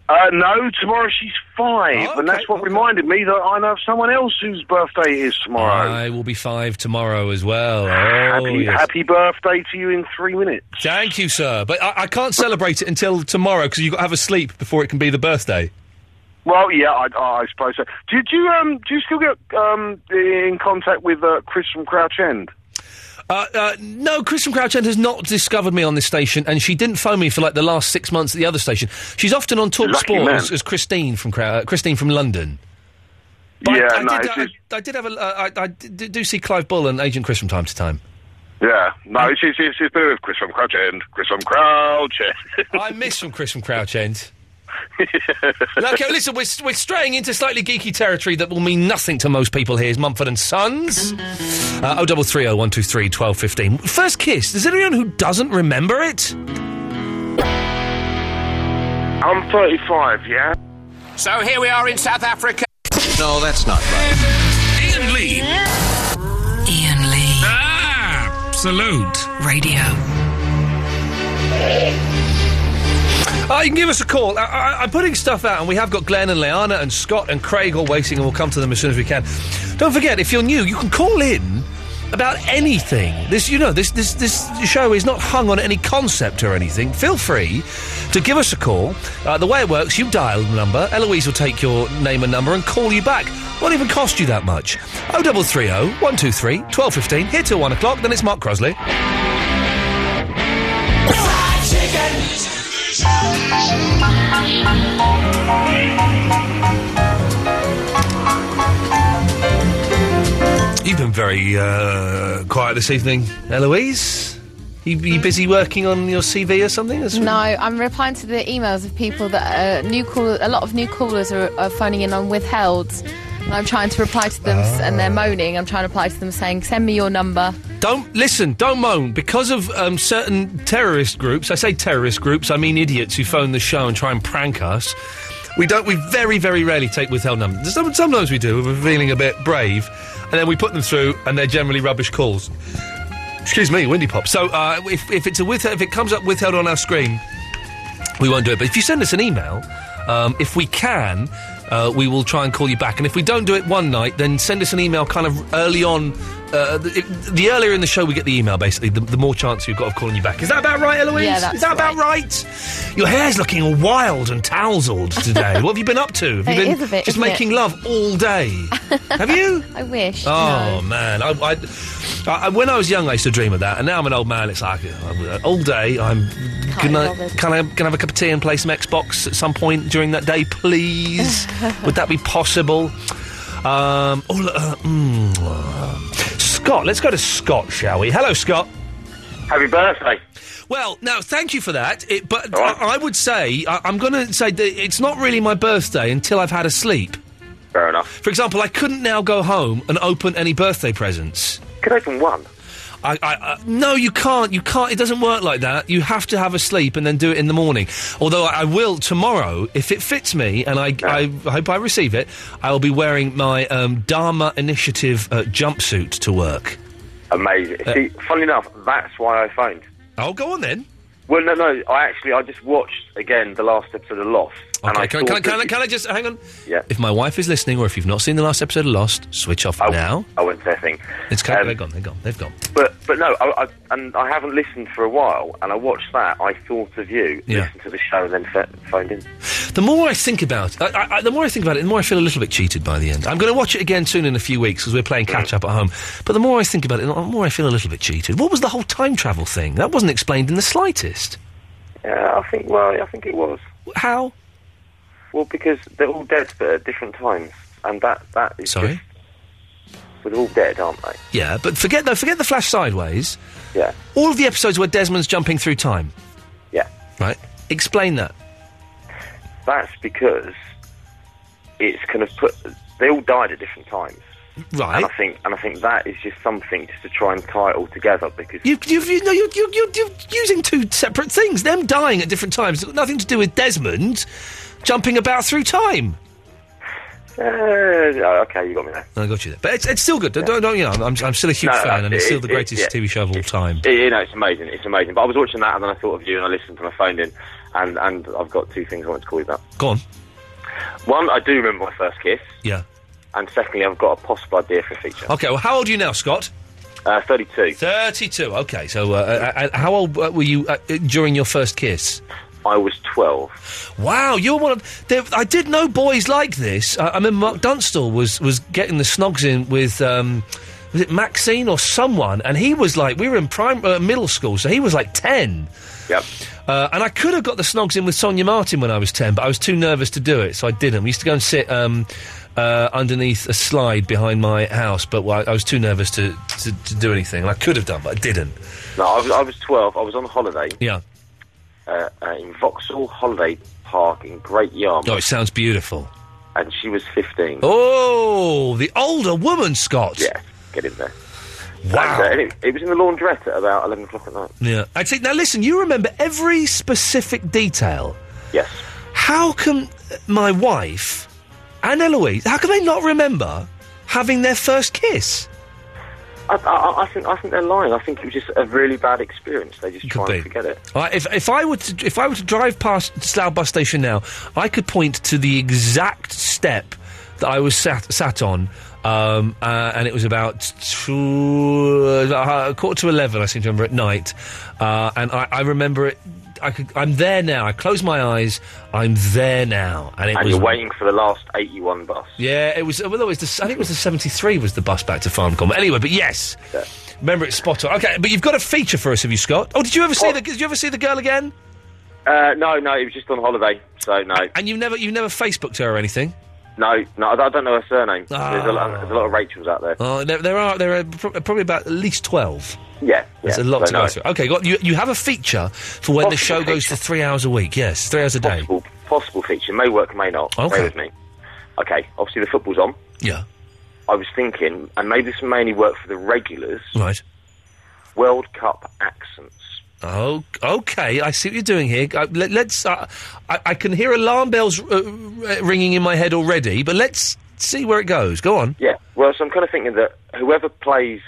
Uh, no, tomorrow she's five,
Oh,
and that's what reminded me that I know of someone else whose birthday it is tomorrow.
I will be five tomorrow as well. Oh,
happy,
yes.
happy birthday to you in three minutes.
Thank you, sir. But I, I can't celebrate it until tomorrow because you've got to have a sleep before it can be the birthday.
Well, yeah, I, I suppose so. Do, do you um do you still get um in contact with uh, Chris from Crouch End?
Uh, uh, no, Kristen Crouch End has not discovered me on this station, and she didn't phone me for like the last six months at the other station. She's often on Talk
Lucky
Sport
man.
as, as Christine from Crou- uh, Christine from London. But I-
yeah,
I,
no,
did,
it's
I-
just-
I did have a. Uh, I, I d- do see Clive Bull and Agent Chris from time to time.
yeah, no, it's it's, it's, it's been with Chris from Crouch End. Chris from Crouch End.
I miss from Chris from Crouch End. okay, listen, we're, we're straying into slightly geeky territory that will mean nothing to most people here. Is Mumford and Sons? Uh, 0330 123 1215. First kiss. Is there anyone who doesn't remember it?
I'm 35, yeah?
So here we are in South Africa.
No, that's not right.
Ian Lee.
Ian Lee.
Absolute.
Radio.
Uh, you can give us a call. I, I, I'm putting stuff out, and we have got Glenn and Leanna and Scott and Craig all waiting, and we'll come to them as soon as we can. Don't forget, if you're new, you can call in about anything. This, you know, this this this show is not hung on any concept or anything. Feel free to give us a call. Uh, the way it works, you dial the number. Eloise will take your name and number and call you back. Won't even cost you that much. Oh, 0330 123 1215. Here till one o'clock. Then it's Mark Crosley. You've been very uh, quiet this evening, Eloise. You, you busy working on your CV or something? That's-
No, I'm replying to the emails of people that uh, new call. A lot of new callers are, are phoning in on withholds, and I'm trying to reply to them, s and they're
Ah.
moaning. I'm trying to reply to them saying, "Send me your number."
Don't listen. Don't moan because of um, certain terrorist groups. I say terrorist groups. I mean idiots who phone the show and try and prank us. We don't. We very, very rarely take withheld numbers. Some- Sometimes we do. We're feeling a bit brave, and then we put them through, and they're generally rubbish calls. Excuse me, windy pop. So uh, if, if it's a withheld, if it comes up withheld on our screen, we won't do it. But if you send us an email, um, if we can, uh, we will try and call you back. And if we don't do it one night, then send us an email kind of early on. Uh, the, it- the earlier in the show we get the email, basically, the, the more chance you've got of calling you back. Is that about right, Eloise?
Yeah, that's
Is that about right? Your hair's looking all wild and tousled today. what have you been up to? Have you
It
been
is a bit,
just
isn't it?
making love all day? Have you?
I wish.
Oh
no.
man, I, I, I, when I was young, I used to dream of that, and now I'm an old man. It's like uh, all day. I'm can
be
I,
bothered.
can I can I have a cup of tea and play some Xbox at some point during that day, please? Would that be possible? Um, oh, look, uh, mm, uh, Scott, let's go to Scott, shall we? Hello, Scott.
Happy birthday.
Well, no, thank you for that. It, but I, I would say I, I'm going to say that it's not really my birthday until I've had a sleep.
Fair enough.
For example, I couldn't now go home and open any birthday presents.
Could open one.
I, I, I, no, you can't. You can't. It doesn't work like that. You have to have a sleep and then do it in the morning. Although I, I will tomorrow, if it fits me, and I, I hope I receive it, I will be wearing my um, Dharma Initiative uh, jumpsuit to work.
Amazing. See, funnily enough, that's why I phoned.
Uh, Oh, go on then.
Well, no, no. I actually, I just watched again the last episode of Lost. and
Okay,
I
can, I- can, I-
thought
can, I,
that-
can I just hang on?
Yeah.
If my wife is listening, or if you've not seen the last episode of Lost, switch off now.
I went to their thing.
It's kind
Oh. Um,
they're gone. They're gone. They've gone.
But but no, I, I and I haven't listened for a while, and I watched that. I thought of you,
Yeah.
listened to the show, and then ph phoned in.
The more I think about, I, I, the more I think about it, the more I feel a little bit cheated by the end. I'm going to watch it again soon in a few weeks because we're
Mm.
playing catch up at home. But the more I think about it, the more I feel a little bit cheated. What was the whole time travel thing? That wasn't explained in the slightest.
Yeah, I think. Well, I think it was.
How?
Well, because they're all dead, but at different times, and that that is
Sorry.
just- well, they're all dead, aren't they?
Yeah, but forget though. Forget the flash sideways.
Yeah.
All of the episodes where Desmond's jumping through time.
Yeah.
Right. Explain that.
That's because it's kind of put. They all died at different times.
Right.
And I think, and I think that is just something just to try and tie it all together because
You, you, you, no, you, you, you, you're using two separate things. Them dying at different times. It's got nothing to do with Desmond jumping about through time.
uh, oh, okay, you got me there.
I got you there. But it's, it's still good. Don't, don't, you know, I'm, I'm still a huge
No,
fan, and it's
it-
still the
it-
greatest
yeah.
TV show of all time.
Yeah, you know, it's amazing. It's amazing. But I was watching that and then I thought of you and I listened to my phone in, and and and I've got two things I want to call you about.
Go on.
One, I do remember my first kiss,
Yeah.
and secondly, I've got a possible idea for a feature.
Okay, well, how old are you now, Scott?
Uh, 32.
32, okay. So, uh, uh, uh, how old uh, were you uh, uh, during your first kiss?
I was 12.
Wow, you were one of. There, I did know boys like this. I, I remember Mark Dunstall was, was getting the snogs in with. Um, was it Maxine or someone? And he was like, we were in prime uh, middle school, so he was like ten.
Yep.
Uh, and I could have got the snogs in with Sonia Martin when I was ten, but I was too nervous to do it, so I didn't. We used to go and sit um, uh, underneath a slide behind my house, but well, I was too nervous to, to, to do anything. And I could have done, but I didn't.
No, I was, I was 12. I was on holiday
Yeah.
uh, uh, in Vauxhall Holiday Park in Great Yarmouth,
Oh, it sounds beautiful.
and she was 15.
Oh, the older woman, Scott.
Yes, get in there.
Wow.
And, uh, it, it was in the laundrette at about 11 o'clock at night.
Yeah. I take now. Listen, you remember every specific detail.
Yes.
How come my wife and Eloise? How can they not remember having their first kiss?
I, I, I think I think they're lying. I think it was just a really bad experience. They just try
be.
and forget it.
I if if I were to if I were to drive past Slough bus station now, I could point to the exact step that I was sat sat on. Um, uh, and it was about two, uh, quarter to eleven. I seem to remember at night, uh, and I, I remember it. I could, I'm there now. I close my eyes. I'm there now, and it
and
was
you're waiting for the last 81 bus.
yeah, it was. Well, it was the, I think it was the '73 was the bus back to Farncombe. Anyway, but yes, remember it's spot on. Okay, but you've got a feature for us, have you, Scott? Oh, did you ever see the? Did you ever see the girl again?
Uh, no, no, it was just on holiday, so no,
And you never, you never Facebooked her or anything.
no, no. I, I don't know her surname.
Ah.
There's, a lot, there's a lot of Rachels out there.
Oh, there, there are there are pro- probably about at least twelve.
Yeah,
There's
yeah,
a lot
so
to
no.
go through. Okay, got you. You have a feature for when the show goes for three hours a week. Yes, three hours a day.
Possible feature may work, may not.
Okay.
Bear with me. Okay, obviously the football's on.
Yeah.
I was thinking, and maybe this may only work for the regulars.
Right.
World Cup accents.
Oh, okay. I see what you're doing here. Uh, let, let's. Uh, I, I can hear alarm bells uh, r- ringing in my head already, but let's see where it goes. Go on.
Yeah. Well, so I'm kind of thinking that whoever plays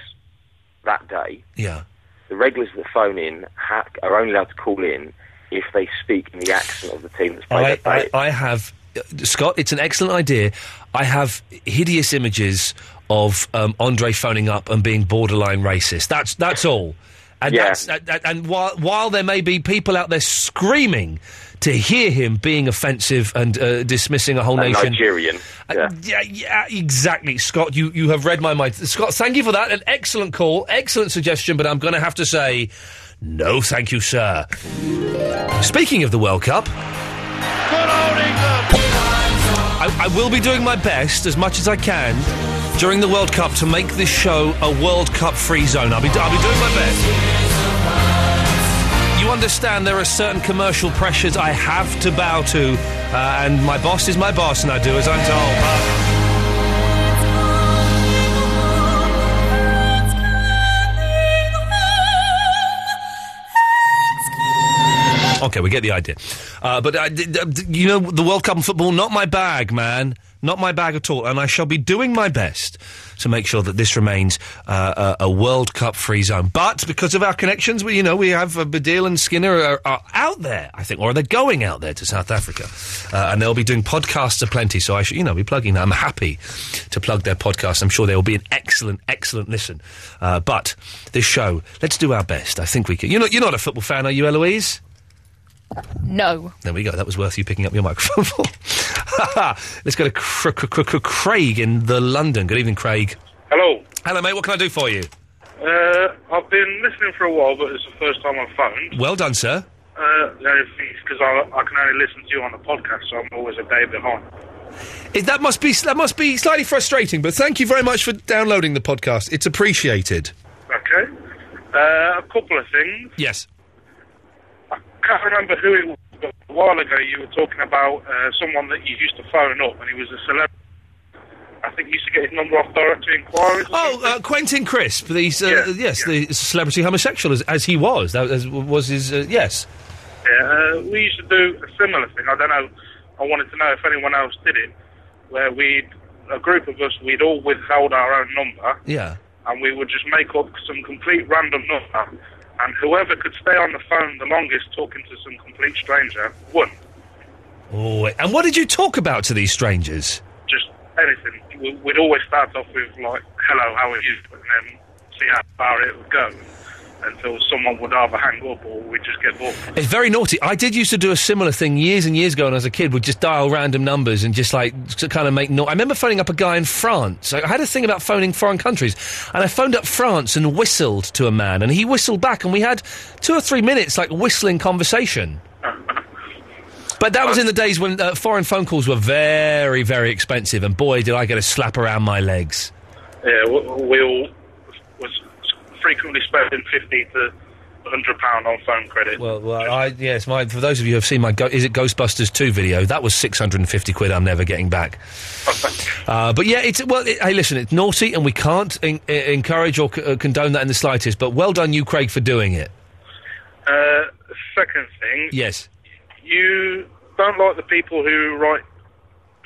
that day,
Yeah.
the regulars that phone in ha- are only allowed to call in if they speak in the accent of the team that's played
I,
that day.
I, I have, uh, Scott, it's an excellent idea. I have hideous images of um, Andre phoning up and being borderline racist. That's that's all. And
Yeah.
that's, that, that- and while while there may be people out there screaming to hear him being offensive and uh, dismissing a whole
A
nation,
Nigerian.
Uh,
yeah.
yeah, yeah, exactly, Scott. You you have read my mind, Scott. Thank you for that. An excellent call, excellent suggestion. But I'm going to have to say, no, thank you, sir. Speaking of the World Cup, I, I will be doing my best as much as I can during the World Cup to make this show a World Cup free zone. I'll be I'll be doing my best. You understand there are certain commercial pressures I have to bow to, uh, and my boss is my boss, and I do as I'm told. But Okay, we get the idea. Uh, but I, d- d- d- you know, the World Cup and football, not my bag, man. Not my bag at all. And I shall be doing my best to make sure that this remains uh, a, a World Cup free zone. But because of our connections, we, you know, we have uh, Badil and Skinner are, are out there, I think, or they're going out there to South Africa. Uh, and they'll be doing podcasts aplenty. So I should, you know, be plugging that. I'm happy to plug their podcast. I'm sure they will be an excellent, excellent listen. Uh, but this show, let's do our best. I think we can. You're not, you're not a football fan, are you, Eloise?
No.
There we go. That was worth you picking up your microphone for. Let's go to Cr- Cr- Cr- Cr- Craig in the London. Good evening, Craig.
Hello.
Hello, mate. What can I do for you?
Uh, I've been listening for a while, but it's the first time I've phoned.
Well done, sir.
Uh, the only thing is 'cause I, I can only listen to you on the podcast, so I'm always a day behind.
It, that must be that must be slightly frustrating, but thank you very much for downloading the podcast. It's appreciated.
Okay. Uh, a couple of things.
Yes.
I can't remember who it was, but a while ago you were talking about uh, someone that you used to phone up, and he was a celebrity. I think you used to get his number off directory inquiries.
Oh, uh, Quentin Crisp, the, uh, yes, the celebrity homosexual as, as he was. That was, was his uh, yes.
Yeah, uh, we used to do a similar thing. I don't know. I wanted to know if anyone else did it, where we'd a group of us we'd all withheld our own number
Yeah.
and we would just make up some complete random number and whoever could stay on the phone the longest talking to some complete stranger won.
Oh, and what did you talk about to these strangers?
Just anything. We- We'd always start off with like, "Hello, how are you?" and then see how far it would go until someone would either hang up or we'd just get bored.
It's very naughty. I did used to do a similar thing years and years ago when I was a kid. Would just dial random numbers and just like s- kind of make. No- I remember phoning up a guy in France. I I had a thing about phoning foreign countries, and I phoned up France and whistled to a man, and he whistled back, and we had two or three minutes like whistling conversation. But that was in the days when uh, foreign phone calls were very, very expensive, and boy, did I get a slap around my legs.
Yeah, we, we all was frequently spending fifty to hundred pound on phone credit.
Well, well, I, yes, my, for those of you who have seen my Go, Is It Ghostbusters 2 video, that was 650 quid I'm never getting back. uh, but yeah, it's, well, it, hey, listen, it's naughty and we can't en- e- encourage or c- uh, condone that in the slightest, but well done you, Craig, for doing it.
Uh, second thing,
Yes.
you don't like the people who write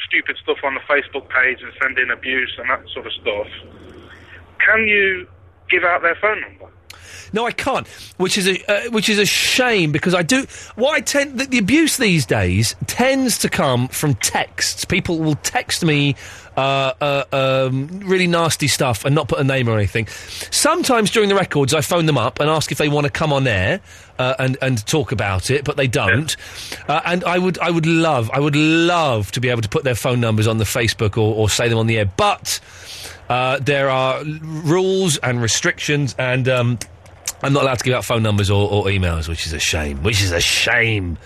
stupid stuff on the Facebook page and send in abuse and that sort of stuff. Can you give out their phone number?
No, I can't, which is a, uh, which is a shame because I do, what I tend, the, the abuse these days tends to come from texts. People will text me, uh, uh, um, really nasty stuff and not put a name or anything. Sometimes during the records, I phone them up and ask if they want to come on air, uh, and, and talk about it, but they don't. Uh, and I would, I would love, I would love to be able to put their phone numbers on the Facebook or, or say them on the air, but, uh, there are l- rules and restrictions and, um, I'm not allowed to give out phone numbers or, or emails, which is a shame. Which is a shame.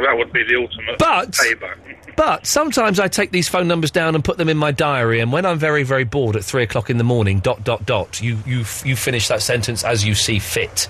That would be the ultimate
But-
payback.
But sometimes I take these phone numbers down and put them in my diary. And when I'm very, very bored at three o'clock in the morning, dot dot dot, you you f- you finish that sentence as you see fit.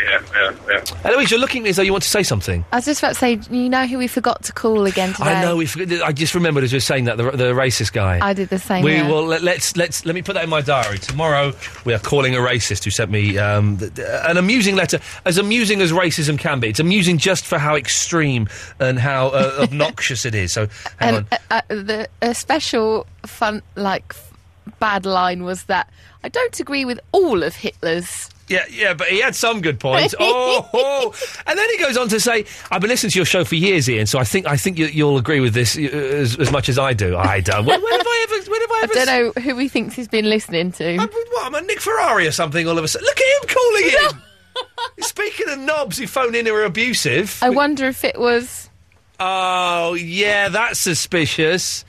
Yeah, yeah, yeah.
Eloise, you're looking at me as though you want to say something.
I was just about to say, you know who we forgot to call again today?
I know. We forgot, I just remembered as we were saying that the, r- the racist guy.
I did the same.
we
yeah.
will let, let's let's let me put that in my diary. Tomorrow we are calling a racist who sent me um, th- th- an amusing letter, as amusing as racism can be. It's amusing just for how extreme and how uh, obnoxious it is. So hang on.
And uh, uh, the a special fun, like f- bad line was that I don't agree with all of Hitler's.
Yeah, yeah, but he had some good points. Oh, oh. and then he goes on to say, "I've been listening to your show for years, Ian. So I think I think you, you'll agree with this uh, as, as much as I do. I don't. When, when have I ever? When have I
I
ever?
don't know who he thinks he's been listening to.
What, am I Nick Ferrari or something? All of a sudden, look at him calling in. Speaking of knobs who phone in who are abusive.
I wonder if it was.
Oh, yeah, that's suspicious.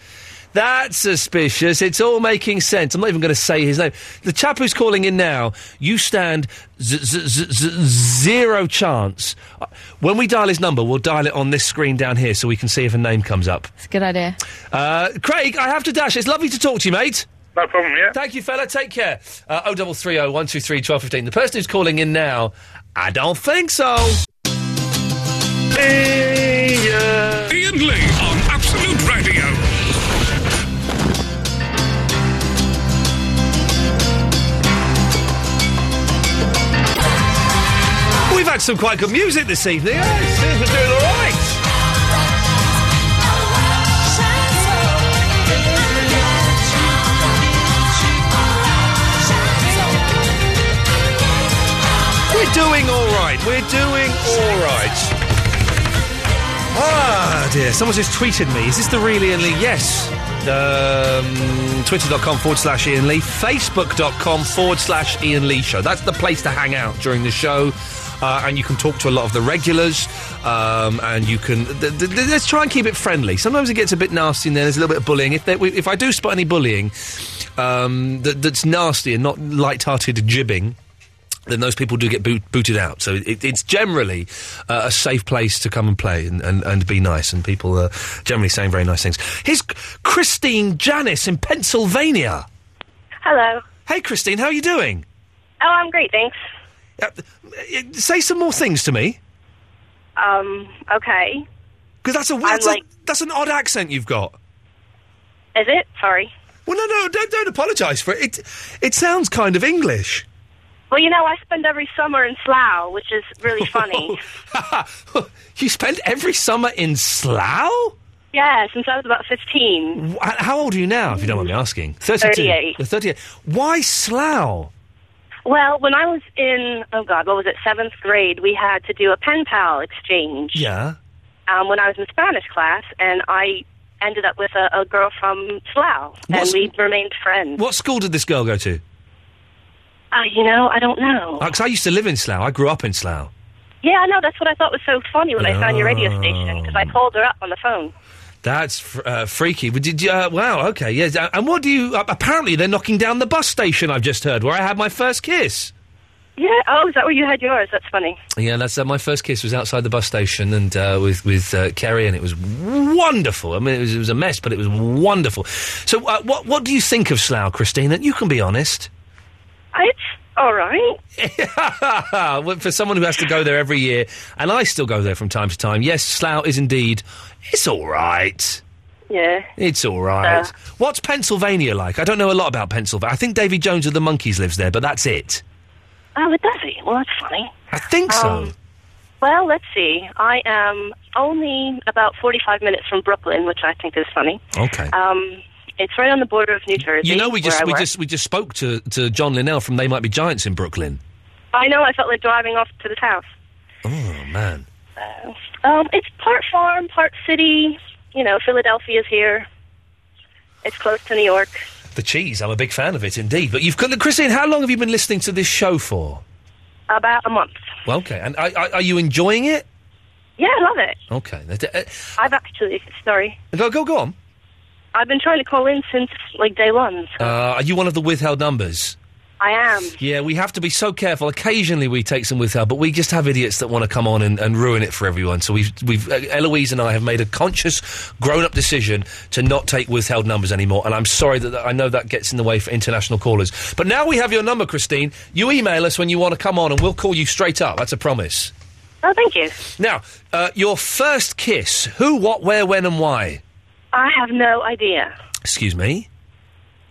That's suspicious. It's all making sense. I'm not even going to say his name. The chap who's calling in now, you stand z- z- z- z- zero chance. Uh, When we dial his number, we'll dial it on this screen down here so we can see if a name comes up.
It's a good idea.
Uh, Craig, I have to dash. It's lovely to talk to you, mate.
No problem, yeah.
Thank you, fella. Take care. Uh, 0330 123 1215. The person who's calling in now, I don't think so.
Ian Lee on Absolute Radio.
We've had some quite good music this evening. eh? It seems we're doing all right. We're doing all right. We're doing all right. Ah, dear. Someone's just tweeted me. Is this the real Ian Lee? Yes. Um, Twitter.com forward slash Ian Lee. Facebook.com forward slash Ian Lee Show. That's the place to hang out during the show. Uh, and you can talk to a lot of the regulars. Um, and you can. Th- th- th- let's try and keep it friendly. Sometimes it gets a bit nasty and then there's a little bit of bullying. If, there, if I do spot any bullying um, that, that's nasty and not light hearted jibbing, then those people do get boot, booted out. So it, it's generally uh, a safe place to come and play and, and, and be nice. And people are generally saying very nice things. Here's Christine Janis in Pennsylvania.
Hello.
Hey, Christine, how are you doing?
Oh, I'm great, thanks.
Uh, uh, say some more things to me.
Um, okay.
Because that's a
I'm
that's,
like-
a that's an odd accent you've got.
Is it? Sorry.
Well, no, no, don't, don't apologise for it. it. It sounds kind of English.
Well, you know, I spend every summer in Slough, which is really funny.
You spend every summer in Slough?
yeah, since I was about 15.
Wh- How old are you now, if you don't mind me asking? 32.
38.
You're 38. Why Slough?
Well, when I was in, oh God, what was it, seventh grade, we had to do a pen pal exchange
Yeah.
um, when I was in Spanish class, and I ended up with a, a girl from Slough, and
What's-
we remained friends.
What school did this girl go to?
Uh, you know, I don't know.
Because I used to live in Slough. I grew up in Slough.
Yeah, I know. That's what I thought was so funny when I found your radio station because I
Oh.
called her up on the phone.
That's fr- uh, freaky. But did you, uh, wow, okay, yes. Uh, and what do you? Uh, apparently, they're knocking down the bus station. I've just heard where I had my first kiss.
Yeah. Oh, is that where you had yours? That's funny.
Yeah, that's uh, my first kiss was outside the bus station and uh, with with uh, Kerry, and it was wonderful. I mean, it was, it was a mess, but it was wonderful. So, uh, what what do you think of Slough, Christina? You can be honest.
It's all right.
Well, For someone who has to go there every year, and I still go there from time to time. Yes, Slough is indeed. It's all right.
Yeah.
It's all right.
Uh.
What's Pennsylvania like? I don't know a lot about Pennsylvania. I think Davy Jones of the Monkeys lives there, but that's it.
Oh, it does he? Well, that's funny. Um,
I think so.
Well, let's see. I am only about 45 minutes from Brooklyn, which I think is funny.
Okay.
Um, it's right on the border of New Jersey.
you know, we
where
just
I
we
work.
just we just spoke to to John Linnell from They Might Be Giants in Brooklyn.
I know. I felt like driving off to the house.
Oh man.
Um, it's part farm, part city. You know, Philadelphia's here. It's close to New York.
The cheese, I'm a big fan of it indeed. But you've got, look, Christine, how long have you been listening to this show for?
About a month.
Well, okay. And are, are- are you enjoying it?
Yeah, I love it.
Okay. That- uh,
I've actually, sorry,
Go, go, go on.
I've been trying to call in since like day one.
Uh, are you one of the withheld numbers?
I am.
Yeah, we have to be so careful. Occasionally we take some withheld, but we just have idiots that want to come on and, and ruin it for everyone. So we've, we've uh, Eloise and I have made a conscious, grown-up decision to not take withheld numbers anymore. And I'm sorry that, that I know that gets in the way for international callers. But now we have your number, Christine. You email us when you want to come on, and we'll call you straight up. That's a promise.
Oh, thank you.
Now, uh, your first kiss. Who, what, where, when, and why?
I have no idea.
Excuse me.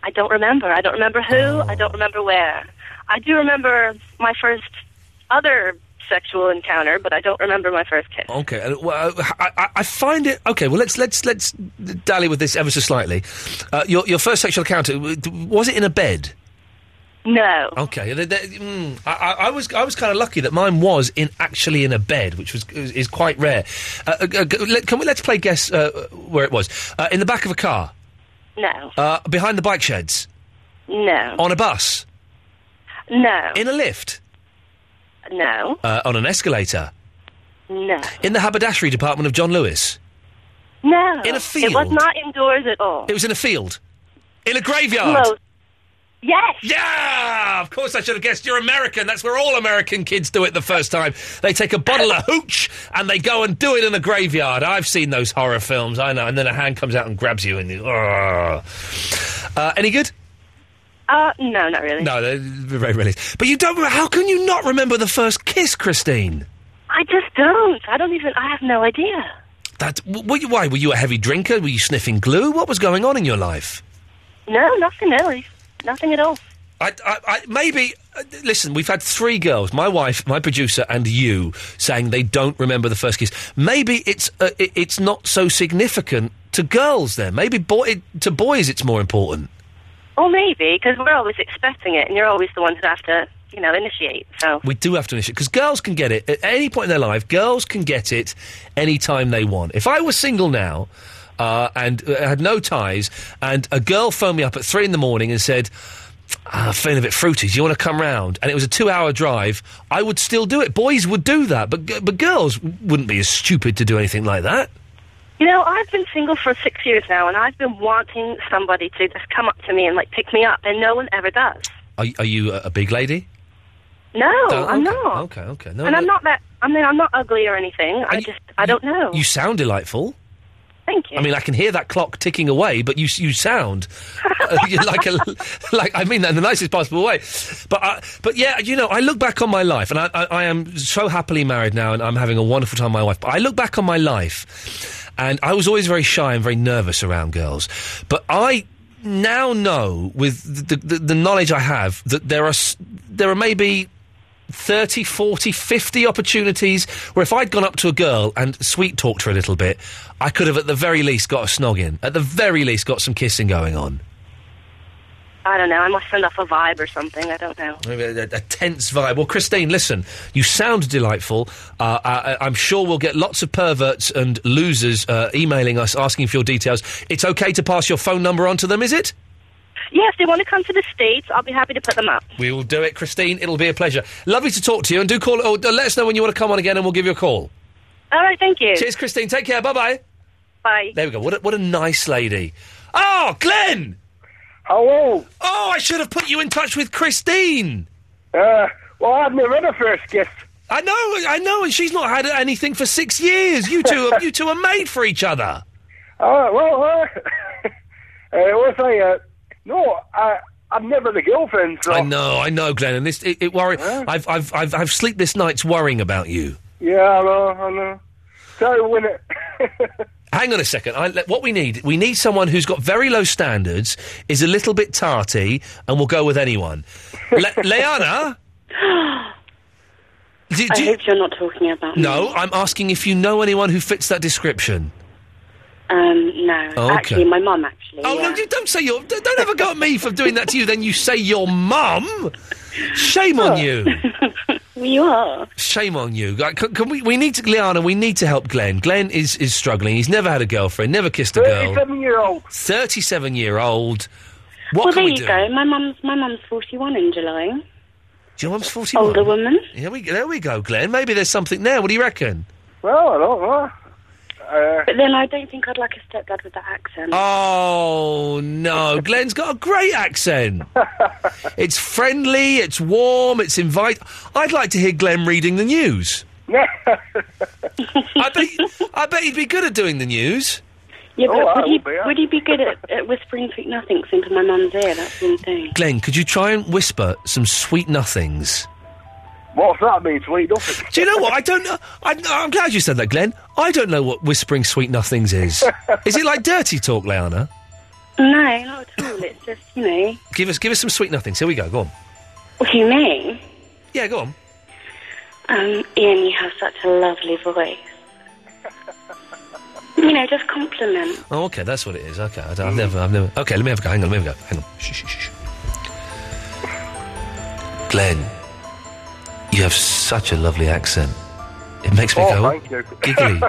I don't remember. I don't remember who. I don't remember where. I do remember my first other sexual encounter, but I don't remember my first kiss.
Okay, and, well, uh, I, I- I find it okay. Well, let's let's let's dally with this ever so slightly. Uh, your your first sexual encounter w- d- was it in a bed?
No.
Okay, th- th- mm, I, I- I was I was kind of lucky that mine was in actually in a bed, which was is, is quite rare. Uh, uh, g- let, can we let's play guess uh, where it was? Uh, in the back of a car,
No.
uh, behind the bike sheds,
No.
on a bus,
No.
in a lift,
No.
uh, on an escalator,
No.
in the haberdashery department of John Lewis.
No.
In a
It was
field.
not indoors at all.
It was in a field, in a graveyard.
Close. Yes.
Yeah, of course I should have guessed. You're American. That's where all American kids do it the first time. They take a bottle of hooch and they go and do it in a graveyard. I've seen those horror films. I know. And then a hand comes out and grabs you. And you, Ugh. uh, any good?
Uh, no, not really.
No, they're very rarely. But you don't. remember- How can you not remember the first kiss, Christine?
I just don't. I don't even. I have no idea.
That w- were you, why were you a heavy drinker? Were you sniffing glue? What was going on in your life?
No, nothing really. Nothing at all.
I, I, I, maybe. uh, Listen, we've had three girls, my wife, my producer, and you, saying they don't remember the first kiss. Maybe it's uh, it, it's not so significant to girls. Then maybe boy, it, to boys, it's more important.
Or maybe because we're always expecting it, and you're always the ones who have to, you know, initiate. So
We do have to initiate because girls can get it at any point in their life. Girls can get it any time they want. If I was single now uh, and uh, had no ties, and a girl phoned me up at three in the morning and said. Ah, I'm feeling a bit fruity. Do you want to come round? And it was a two-hour drive. I would still do it. Boys would do that, but g- but girls wouldn't be as stupid to do anything like that.
you know, I've been single for six years now, and I've been wanting somebody to just come up to me and like pick me up, and no one ever does.
Are, y- are you a, a big lady?
No,
Oh,
I'm
okay,
not.
Okay, okay. No,
and
no,
I'm not that. I mean, I'm not ugly or anything. I just, I don't know.
You sound delightful.
Thank you.
I mean, I can hear that clock ticking away, but you you sound uh, you're like a like I mean that in the nicest possible way. But I, but yeah, you know, I look back on my life, and I, I, I am so happily married now, and I'm having a wonderful time with my wife. But I look back on my life, and I was always very shy and very nervous around girls. But I now know with the the, the knowledge I have that there are s- there are maybe 30, 40, 50 opportunities where if I'd gone up to a girl and sweet talked her a little bit, I could have at the very least got a snog in. At the very least got some kissing going on.
I don't know. I must send off a vibe or something. I don't know.
Maybe A, a- a tense vibe. Well, Christine, listen, you sound delightful. Uh, I, I- I'm sure we'll get lots of perverts and losers uh, emailing us asking for your details. It's okay to pass your phone number on to them, is it?
Yeah, if they want to come to the States, I'll be happy to put them up.
We will do it, Christine. It'll be a pleasure. Lovely to talk to you, and do call. Oh, let us know when you want to come on again, and we'll give you a call.
All right, thank you.
Cheers, Christine. Take care. Bye bye.
Bye.
There we go. What a, what a nice lady. Oh, Glenn.
Hello.
Oh, I should have put you in touch with Christine.
Uh, well, I had my other first gift.
I know, I know, and she's not had anything for six years. You two, are, you two are made for each other.
Uh, well, uh, uh, what I, uh, no, I, I'm never the girlfriend, so.
I know, I know, Glenn. And this, it, it worry. I've, I've, I've, I've sleepless nights worrying about you.
Yeah, I know, I know. So, when it.
Hang on a second. I, let- what we need, we need someone who's got very low standards, is a little bit tarty, and will go with anyone. Le- Leanna, I
hope you're not talking about
no,
me.
I'm asking if you know anyone who fits that description.
Um, no.
Oh, okay.
Actually, my mum, actually.
Oh
yeah.
no! You don't say your. d- Don't ever go at me for doing that to you. Then you say your mum. Shame on you.
You are.
Shame on you. Like, Can, can we? We need to, Liana. We need to help Glenn. Glenn is is struggling. He's never had a girlfriend. Never kissed a girl.
37 year old.
Thirty-seven year old. What
well, there
can we
you
do?
go. My mum's my mum's 41 in July.
Your mum's forty-one.
Older woman.
Here we, there we go, Glenn. Maybe there's something there. What do you reckon?
Well, oh, I don't know. Uh,
But then I don't think I'd like a stepdad with that accent.
Oh no, Glenn's got a great accent. it's friendly. It's warm. It's invite. I'd like to hear Glenn reading the news. I bet. I bet he'd be good at doing the news.
yeah, but
Oh, I
would, he,
will be, yeah.
would he be good at, at whispering sweet nothings into my mum's ear? That's one thing.
Glenn, could you try and whisper some sweet nothings?
What's that mean, sweet nothing?
Do you know what? I don't know. I, I'm glad you said that, Glenn. I don't know what whispering sweet nothings is. is it like dirty talk, Leanna?
No, not at all. It's just, you know,
Give us, give us some sweet nothings. Here we go. Go on.
what do you mean?
Yeah, go on.
Um, Ian, you have such a lovely voice. you know, just compliment.
Oh, okay, that's what it is. Okay, I have never, I've never. Okay, let me have a go. Hang on, let me have a go. Hang on. Shh, shh, shh. shh. Glenn, you have such a lovely accent. It makes me
Oh,
go
thank you.
giggly,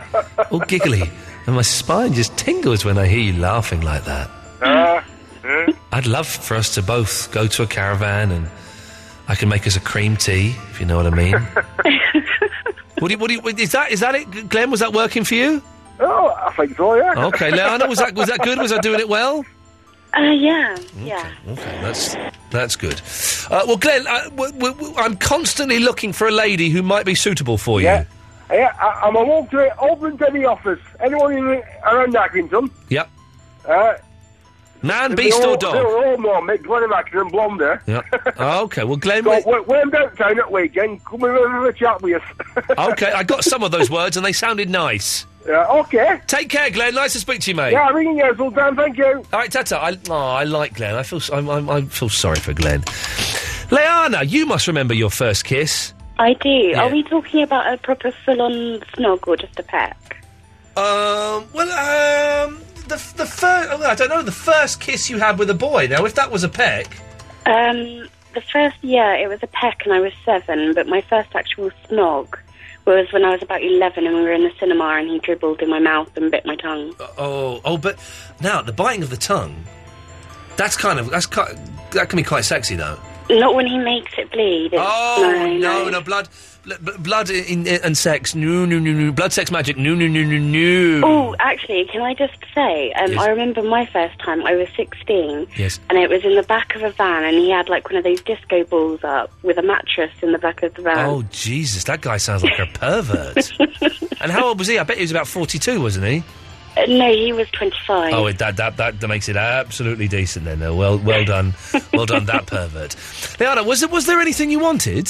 all giggly, and my spine just tingles when I hear you laughing like that.
Uh, uh,
I'd love for us to both go to a caravan and I can make us a cream tea, if you know what I mean. what do you, what do you, is that is that it, Glenn? Was that working for you?
oh, I think so, yeah.
Okay, Leanna, was that was that good? Was I doing it well?
Uh, yeah, yeah.
Okay, that's that's good. Uh, well, Glenn, I, w- w- w- I'm constantly looking for a lady who might be suitable for you.
Yeah. Yeah, I, I'm awoke to it, open to the office. Anyone in, around Accrington?
Yep.
Uh,
Man,
they
beast,
all,
or
They
dog?
were all more Mick Glenn Accrington, blonde there.
Yep. Oh, okay. Well, Glenn.
So,
we-
when, when I'm downtown at weekend, come and have a chat with us.
okay, I got some of those words and they sounded nice.
Yeah, okay.
Take care, Glenn. Nice to speak to you, mate.
Yeah, I'm ringing you all time. Thank you.
All right, Tata. I, oh, I like Glenn. I feel s- I'm, I'm, I feel sorry for Glenn. Leanna, you must remember your first kiss.
I do. Are
Yeah.
we talking about a proper full-on snog or just a peck?
Um. Well, um. The the first. I don't know. The first kiss you had with a boy. Now, if that was a peck.
Um, the first year it was a peck and I was seven, but my first actual snog was when I was about 11 and we were in the cinema and he dribbled in my mouth and bit my tongue.
Oh. Oh. But now the biting of the tongue. That's kind of. That's ki That can be quite sexy, though.
Not when he makes it bleed. It's,
Oh
no,
no, no, blood, bl- bl- blood in, in, and sex. No, no, no, no. Blood, sex, magic. No, no, no, no, no.
Oh, actually, can I just say, um,
Yes.
I remember my first time, I was 16,
Yes.
and it was in the back of a van, and he had like one of those disco balls up with a mattress in the back of the van.
Oh Jesus, that guy sounds like a pervert. and how old was he? I bet he was about forty-two, wasn't he?
Uh, no, he was 25.
Oh, it- that, that that that makes it absolutely decent then. Though. Well, well done, well done, that pervert. Leanna, was there was there anything you wanted?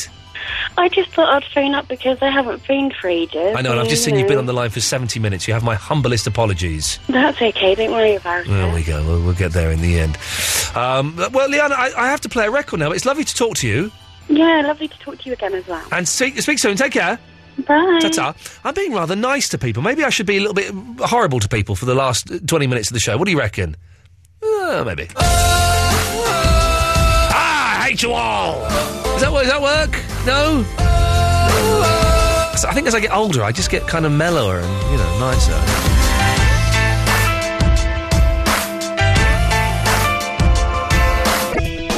I just thought I'd phone up because I haven't phoned for ages.
I know, and I've
and,
just
you
seen you've been on
know.
the line for seventy minutes. You have my humblest apologies.
That's okay, don't worry about it.
There we go. We'll, we'll get there in the end. Um, well, Leanna, I, I have to play a record now. It's lovely to talk to you.
Yeah, lovely to talk to you again as well.
And speak, speak soon. Take care.
Bye.
Ta-ta. I'm being rather nice to people. Maybe I should be a little bit horrible to people Oh, for the last uh, 20 minutes of the show. What do you reckon? Uh, maybe. hate you all. Is that what? Does that work? No. So I think as I get older, I just get kind of mellower and you know nicer.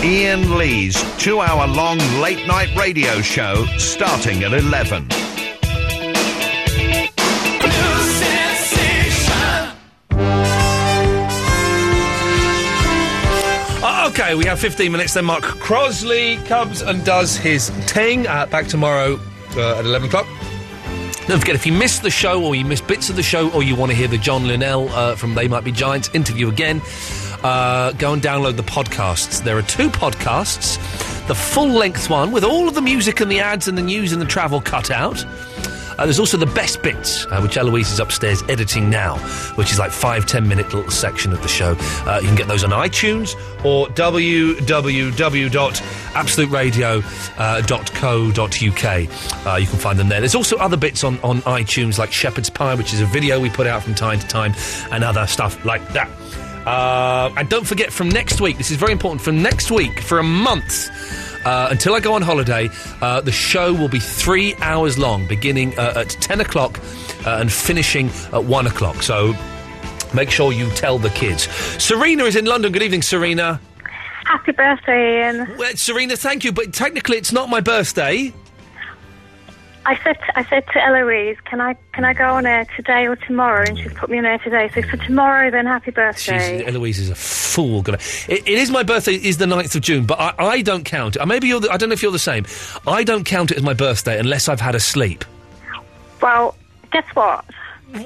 Ian Lee's two hour long late night radio show starting at 11.
Uh, okay, we have 15 minutes. Then Mark Crosley comes and does his ting. Uh, back tomorrow uh, at 11 o'clock. Don't forget, if you missed the show or you missed bits of the show or you want to hear the John Linnell uh, from They Might Be Giants interview again, uh, go and download the podcasts. There are two podcasts the full length one with all of the music and the ads and the news and the travel cut out. Uh, there's also the best bits, uh, which Eloise is upstairs editing now, which is like five, ten minute little section of the show. Uh, you can get those on iTunes or uh, www.absoluteradio.co.uk. Uh, you can find them there. There's also other bits on, on iTunes, like Shepherd's Pie, which is a video we put out from time to time, and other stuff like that. Uh, and don't forget, from next week, this is very important, from next week, for a month, uh, until I go on holiday, uh, the show will be three hours long, beginning uh, at 10 o'clock uh, and finishing at 1 o'clock. So make sure you tell the kids. Serena is in London. Good evening, Serena.
Happy birthday, Ian.
Well, Serena, thank you, but technically it's not my birthday.
I said to, I said to Eloise, can I can I go on air today or tomorrow? And she's put me on air today. So for tomorrow, then happy
She's,
birthday.
Eloise is a fool. Gonna, it, it is my birthday. It is the 9th of June, but I, I don't count it. Uh, Maybe you're. The, I don't know if you're the same. I don't count it as my birthday unless I've had a sleep.
Well, guess what?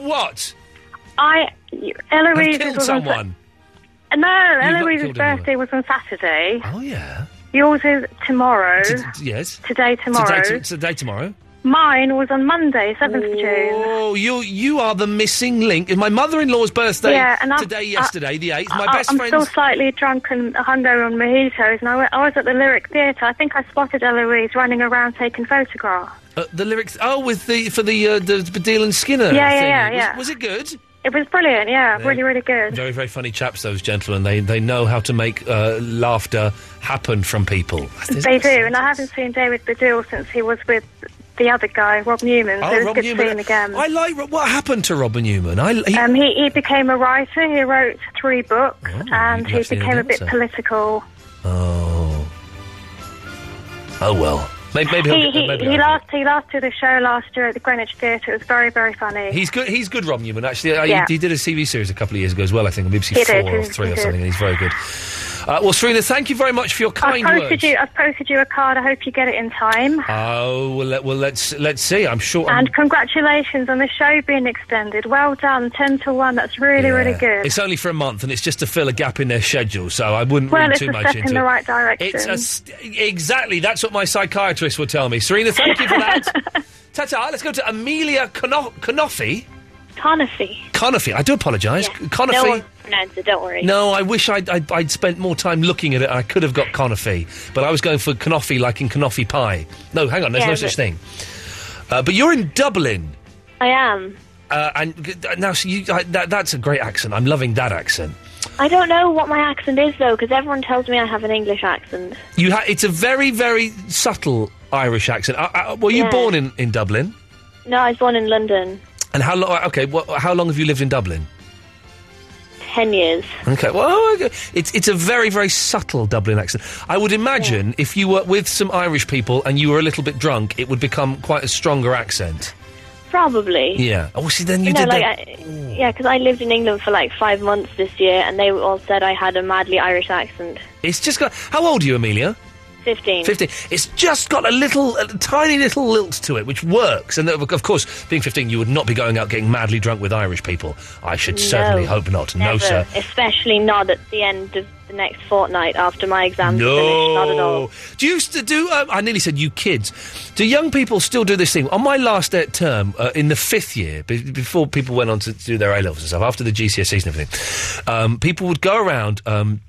What?
I you- Eloise
I've killed
was on Sa-
someone.
no,
You've not
Eloise's
killed
birthday was on Saturday.
Oh yeah.
Yours is tomorrow.
Yes.
today, tomorrow.
Today, to- today, tomorrow.
Mine was on Monday, seventh of June.
Oh, you you are the missing link. It's my mother-in-law's birthday
Yeah, and I've-
today, yesterday, the eighth. My
I-
best
I'm
friend's
still slightly drunk and hungover on mojitos, and I, went, I was at the Lyric Theatre. I think I spotted Eloise running around taking photographs.
uh, the lyrics. Oh, with the for the uh, the, the Dylan Skinner.
Yeah, yeah,
thing.
yeah,
It was-
yeah.
was it good?
It was brilliant. Yeah,
Yeah.
really, really good.
Very, very funny chaps, those gentlemen. They they know how to make uh, laughter happen from people.
They do, and I haven't seen David Baddiel since he was with the other guy, Rob Newman. so
Oh,
it was
Rob
good
Newman.
to see him again.
I like Ro- what happened to Robin Newman. I he,
um, he, he became a writer. He wrote three books, and he
that's the
became a bit
answer.
political.
oh oh well. Maybe, maybe, he'll
he
get, uh,
he,
maybe
he
I'll-
last he last did a show last year at the Greenwich Theatre. It was very very funny.
He's good. He's good, Rob Newman. Actually, uh, he-
Yeah.
he, did a TV series a couple of years ago as well. I think on BBC
He
Four
did,
or
he-
Three
he
or
did.
something. and He's very good. Uh, well, Serena, thank you very much for your
I've
kind
posted
words.
you. I've posted you a card. I hope you get it in time.
Oh well, let, well let's let's see. I'm sure. I'm-
And congratulations on the show being extended. Well done, ten to one. That's really really
Yeah.
good.
It's only for a month, and it's just to fill a gap in their schedule. So I wouldn't
well,
read
it's
too
a
much
step
into
in the
it.
right direction.
It's a st- exactly that's what my psychiatrist would tell me. Serena, thank you for that. Ta-ta. Let's go to Amelia Cono- Conoffy.
Conacy.
Conoffy. I do apologise. Conoffy.
No one pronounced it, don't worry.
No, I wish I'd, I'd, I'd spent more time looking at it. I could have got Conoffy, but I was going for Conoffy like in Conoffy pie. No, hang on, there's
Yeah,
no
but-
such thing. Uh, but you're in Dublin,
I am.
uh, and g- now so you, I, that, that's a great accent. I'm loving that accent.
I don't know what my accent is, though, because everyone tells me I have an English accent.
You ha- it's a very very subtle Irish accent. Uh, uh, were you
Yeah.
born in, in Dublin?
No, I was born in London.
And how long? Okay, wha how long have you lived in Dublin?
Ten years.
Okay, well, oh, okay. it's it's a very very subtle Dublin accent. I would imagine if you were with some Irish people and you were a little bit drunk, it would become quite a stronger accent.
Probably.
Yeah. Oh, see, then you
no,
did
like,
that.
I, yeah, because I lived in England for like five months this year, and they all said I had a madly Irish accent.
It's just got. How old are you, Amelia?
Fifteen.
Fifteen. It's just got a little, a tiny little lilt to it, which works. And uh, of of course, being fifteen, you would not be going out getting madly drunk with Irish people. I should certainly
No,
hope not. No,
Never.
sir.
Especially not at the end of the next fortnight after my exams finished. Not at all.
No. Do you st- do? Um, I nearly said you kids. Do young people still do this thing? On my last uh, term, uh, in the fifth year, be- before people went on to do their A levels and stuff, after the GCSEs and everything, um, people would go around. Um,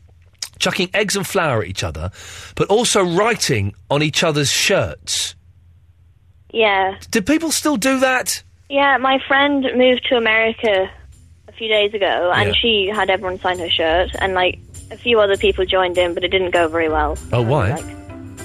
Chucking eggs and flour at each other, but also writing on each other's shirts.
Yeah.
Do people still do that?
Yeah, my friend moved to America a few days ago, and
Yeah.
she had everyone sign her shirt, and like a few other people joined in, but it didn't go very well.
Oh, why?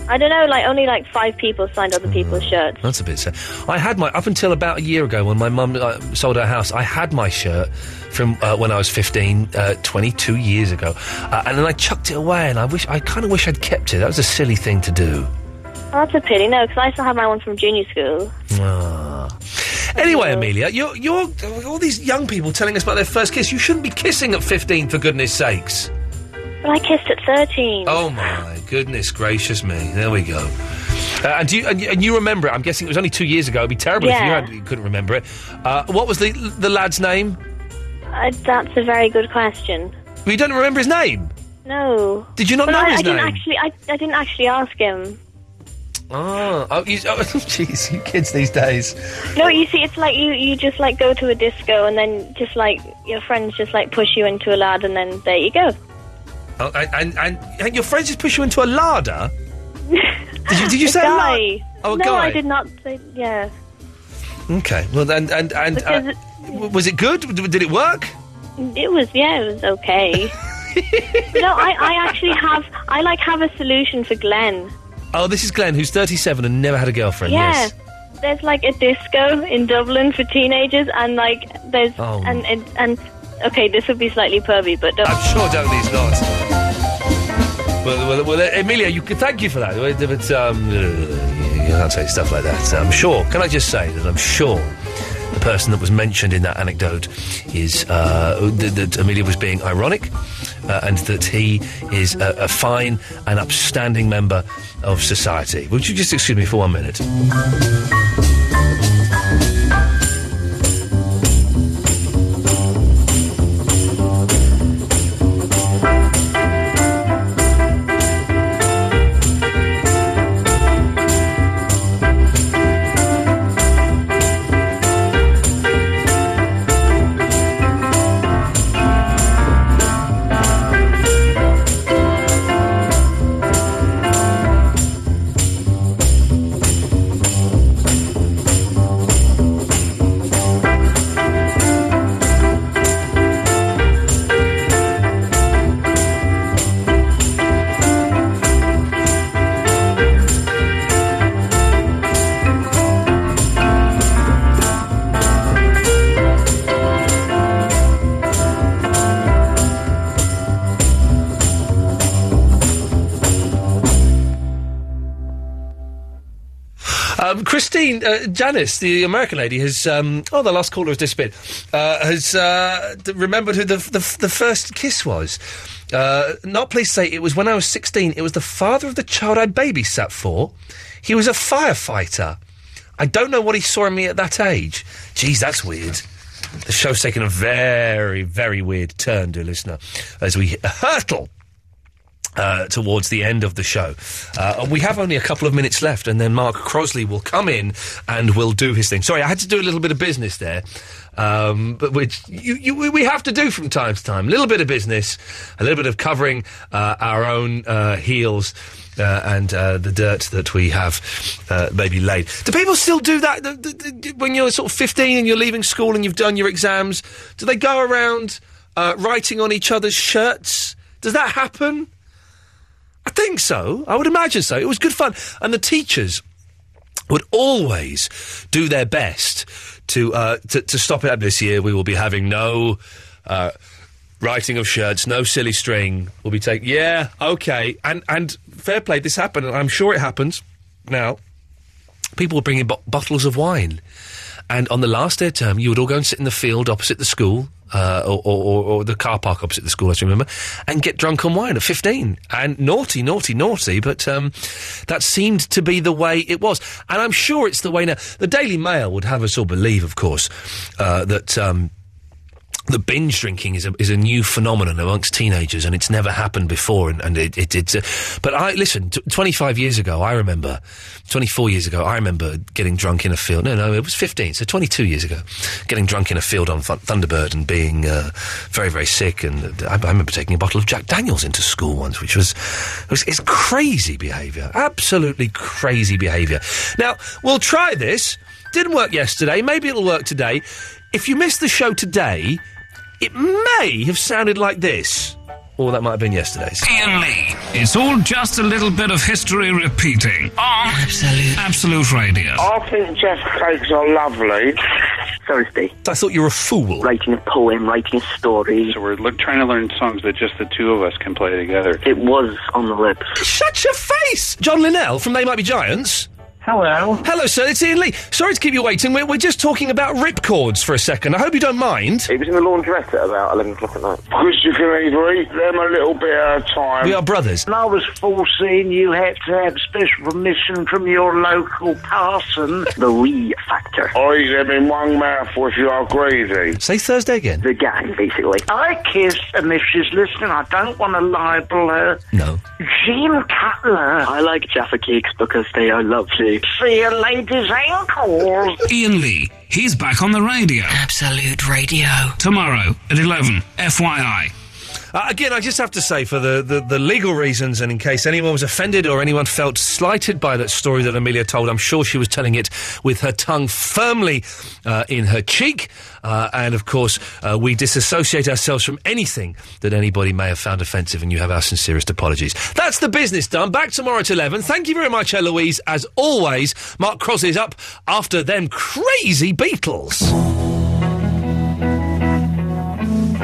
I don't know, like only like five people signed other people's shirts.
That's a bit sad. I had my up until about a year ago when my mum uh, sold her house. I had my shirt from uh, when I was 15, uh, 22 years ago, uh, and then I chucked it away. And I wish I kind of wish I'd kept it. That was a silly thing to do.
Oh, that's a pity, no, because I still have my one from junior school.
Ah. Anyway, Amelia, you're you're all these young people telling us about their first kiss. You shouldn't be kissing at 15, for goodness sakes.
But I kissed at 13.
Oh my goodness gracious me! There we go. Uh, and, do you, and, you- and you remember it? I'm guessing it was only two years ago. It'd be terrible if you,
Yeah.
had, you couldn't remember it. Uh, what was the the lad's name?
Uh, that's a very good question.
You don't remember his name?
No.
Did you not
But
know
I,
his
I Didn't
name?
actually, I, I didn't actually ask him.
Oh, oh, you, oh, jeez, you kids these days.
No, you see, it's like you, you just like go to a disco and then just like your friends just like push you into a lad and then there you go.
Oh, and, and, and your friends just push you into a larder. Did you, did you
a
say a
guy?
lar- Oh, a
no,
guy.
I did not. Say, yeah.
Okay. Well, and and and
Because
uh, w- was it good? W- Did it work?
It was yeah, it was okay. no, I, I actually have I like have a solution for Glenn.
Oh, this is Glenn, who's 37 and never had a girlfriend.
yeah.
Yes.
There's like a disco in Dublin for teenagers and like there's
Oh.
and, and and okay, this would be slightly pervy, but don't
I'm sure Dudley's not. Well, well, well uh, Emilia, you could thank you for that. Well, But um, uh, you can't say stuff like that. I'm sure. Can I just say that I'm sure the person that was mentioned in that anecdote is uh, that, that Amelia was being ironic, uh, and that he is a, a fine and upstanding member of society. Would you just excuse me for one minute? Um, Christine uh, Janice, the American lady, has um, oh the last caller has disappeared. Uh, has uh, d- remembered who the, f- the f- the first kiss was. Uh, not please say it was when I was sixteen. It was the father of the child I babysat for. He was a firefighter. I don't know what he saw in me at that age. Jeez, that's weird. The show's taken a very, very weird turn, dear listener, as we hurtle uh, towards the end of the show. Uh, we have only a couple of minutes left, and then Mark Crosley will come in and will do his thing. Sorry, I had to do a little bit of business there, um, but which you, you, we- we have to do from time to time. A little bit of business, a little bit of covering uh, our own uh, heels. Uh, and uh, the dirt that we have uh, maybe laid. Do people still do that th- th- th- when you're sort of 15 and you're leaving school and you've done your exams? Do they go around uh, writing on each other's shirts? Does that happen? I think so. I would imagine so. It was good fun. And the teachers would always do their best to uh, to, to stop it up this year. We will be having no uh, writing of shirts, no silly string. We'll be taking. Yeah, okay. And and fair play. This happened, and I'm sure it happens now. People were bringing bo- bottles of wine, and on the last day of term, you would all go and sit in the field opposite the school. Uh, or, or, or, or the car park opposite the school, as I remember, and get drunk on wine at 15. And naughty, naughty, naughty, but um, that seemed to be the way it was. And I'm sure it's the way now. The Daily Mail would have us all believe, of course, uh, that. Um, the binge drinking is a, is a new phenomenon amongst teenagers, and it's never happened before. And, and it, it, it's. A, but I listen. T- Twenty five years ago, I remember. Twenty four years ago, I remember getting drunk in a field. No, no, it was fifteen. So twenty two years ago, getting drunk in a field on Thun- Thunderbird and being uh, very very sick. And I, I remember taking a bottle of Jack Daniels into school once, which was, it was it's crazy behaviour. Absolutely crazy behaviour. Now we'll try this. Didn't work yesterday. Maybe it'll work today. If you missed the show today, it may have sounded like this. Or that might have been yesterday's.
Ian Lee. It's all just a little bit of history repeating on Absolute, Absolute Radio.
Oh.
I think Jeff cakes are lovely.
Thursday.
I thought you were a fool.
Writing a poem, writing a story.
So we're look, trying to learn songs that just the two of us can play together.
It was on the lips.
Shut your face! John Linnell from They Might Be Giants. Hello. Hello, sir. It's Ian Lee. Sorry to keep you waiting. We're, we're just talking about ripcords for a second. I hope you don't mind.
It was in the laundrette at about 11 o'clock at night.
Because you can either eat them a little bit at a time.
We are brothers.
When I was 14, you had to have special permission from your local parson.
The wee factor.
I eat them in one mouthful if you are greedy.
Say Thursday again.
The gang, basically.
I kissed, and if she's listening, I don't want to libel her.
No.
Jim Cutler.
I like Jaffa Cakes because they are lovely.
See a lady's ankles.
Ian Lee. He's back on the radio. Absolute Radio. Tomorrow at 11. FYI.
Uh, again, I just have to say, for the, the, the legal reasons, and in case anyone was offended or anyone felt slighted by that story that Amelia told, I'm sure she was telling it with her tongue firmly uh, in her cheek. Uh, and of course, uh, we disassociate ourselves from anything that anybody may have found offensive, and you have our sincerest apologies. That's the business done. Back tomorrow at 11. Thank you very much, Eloise. As always, Mark Cross is up after them crazy Beatles.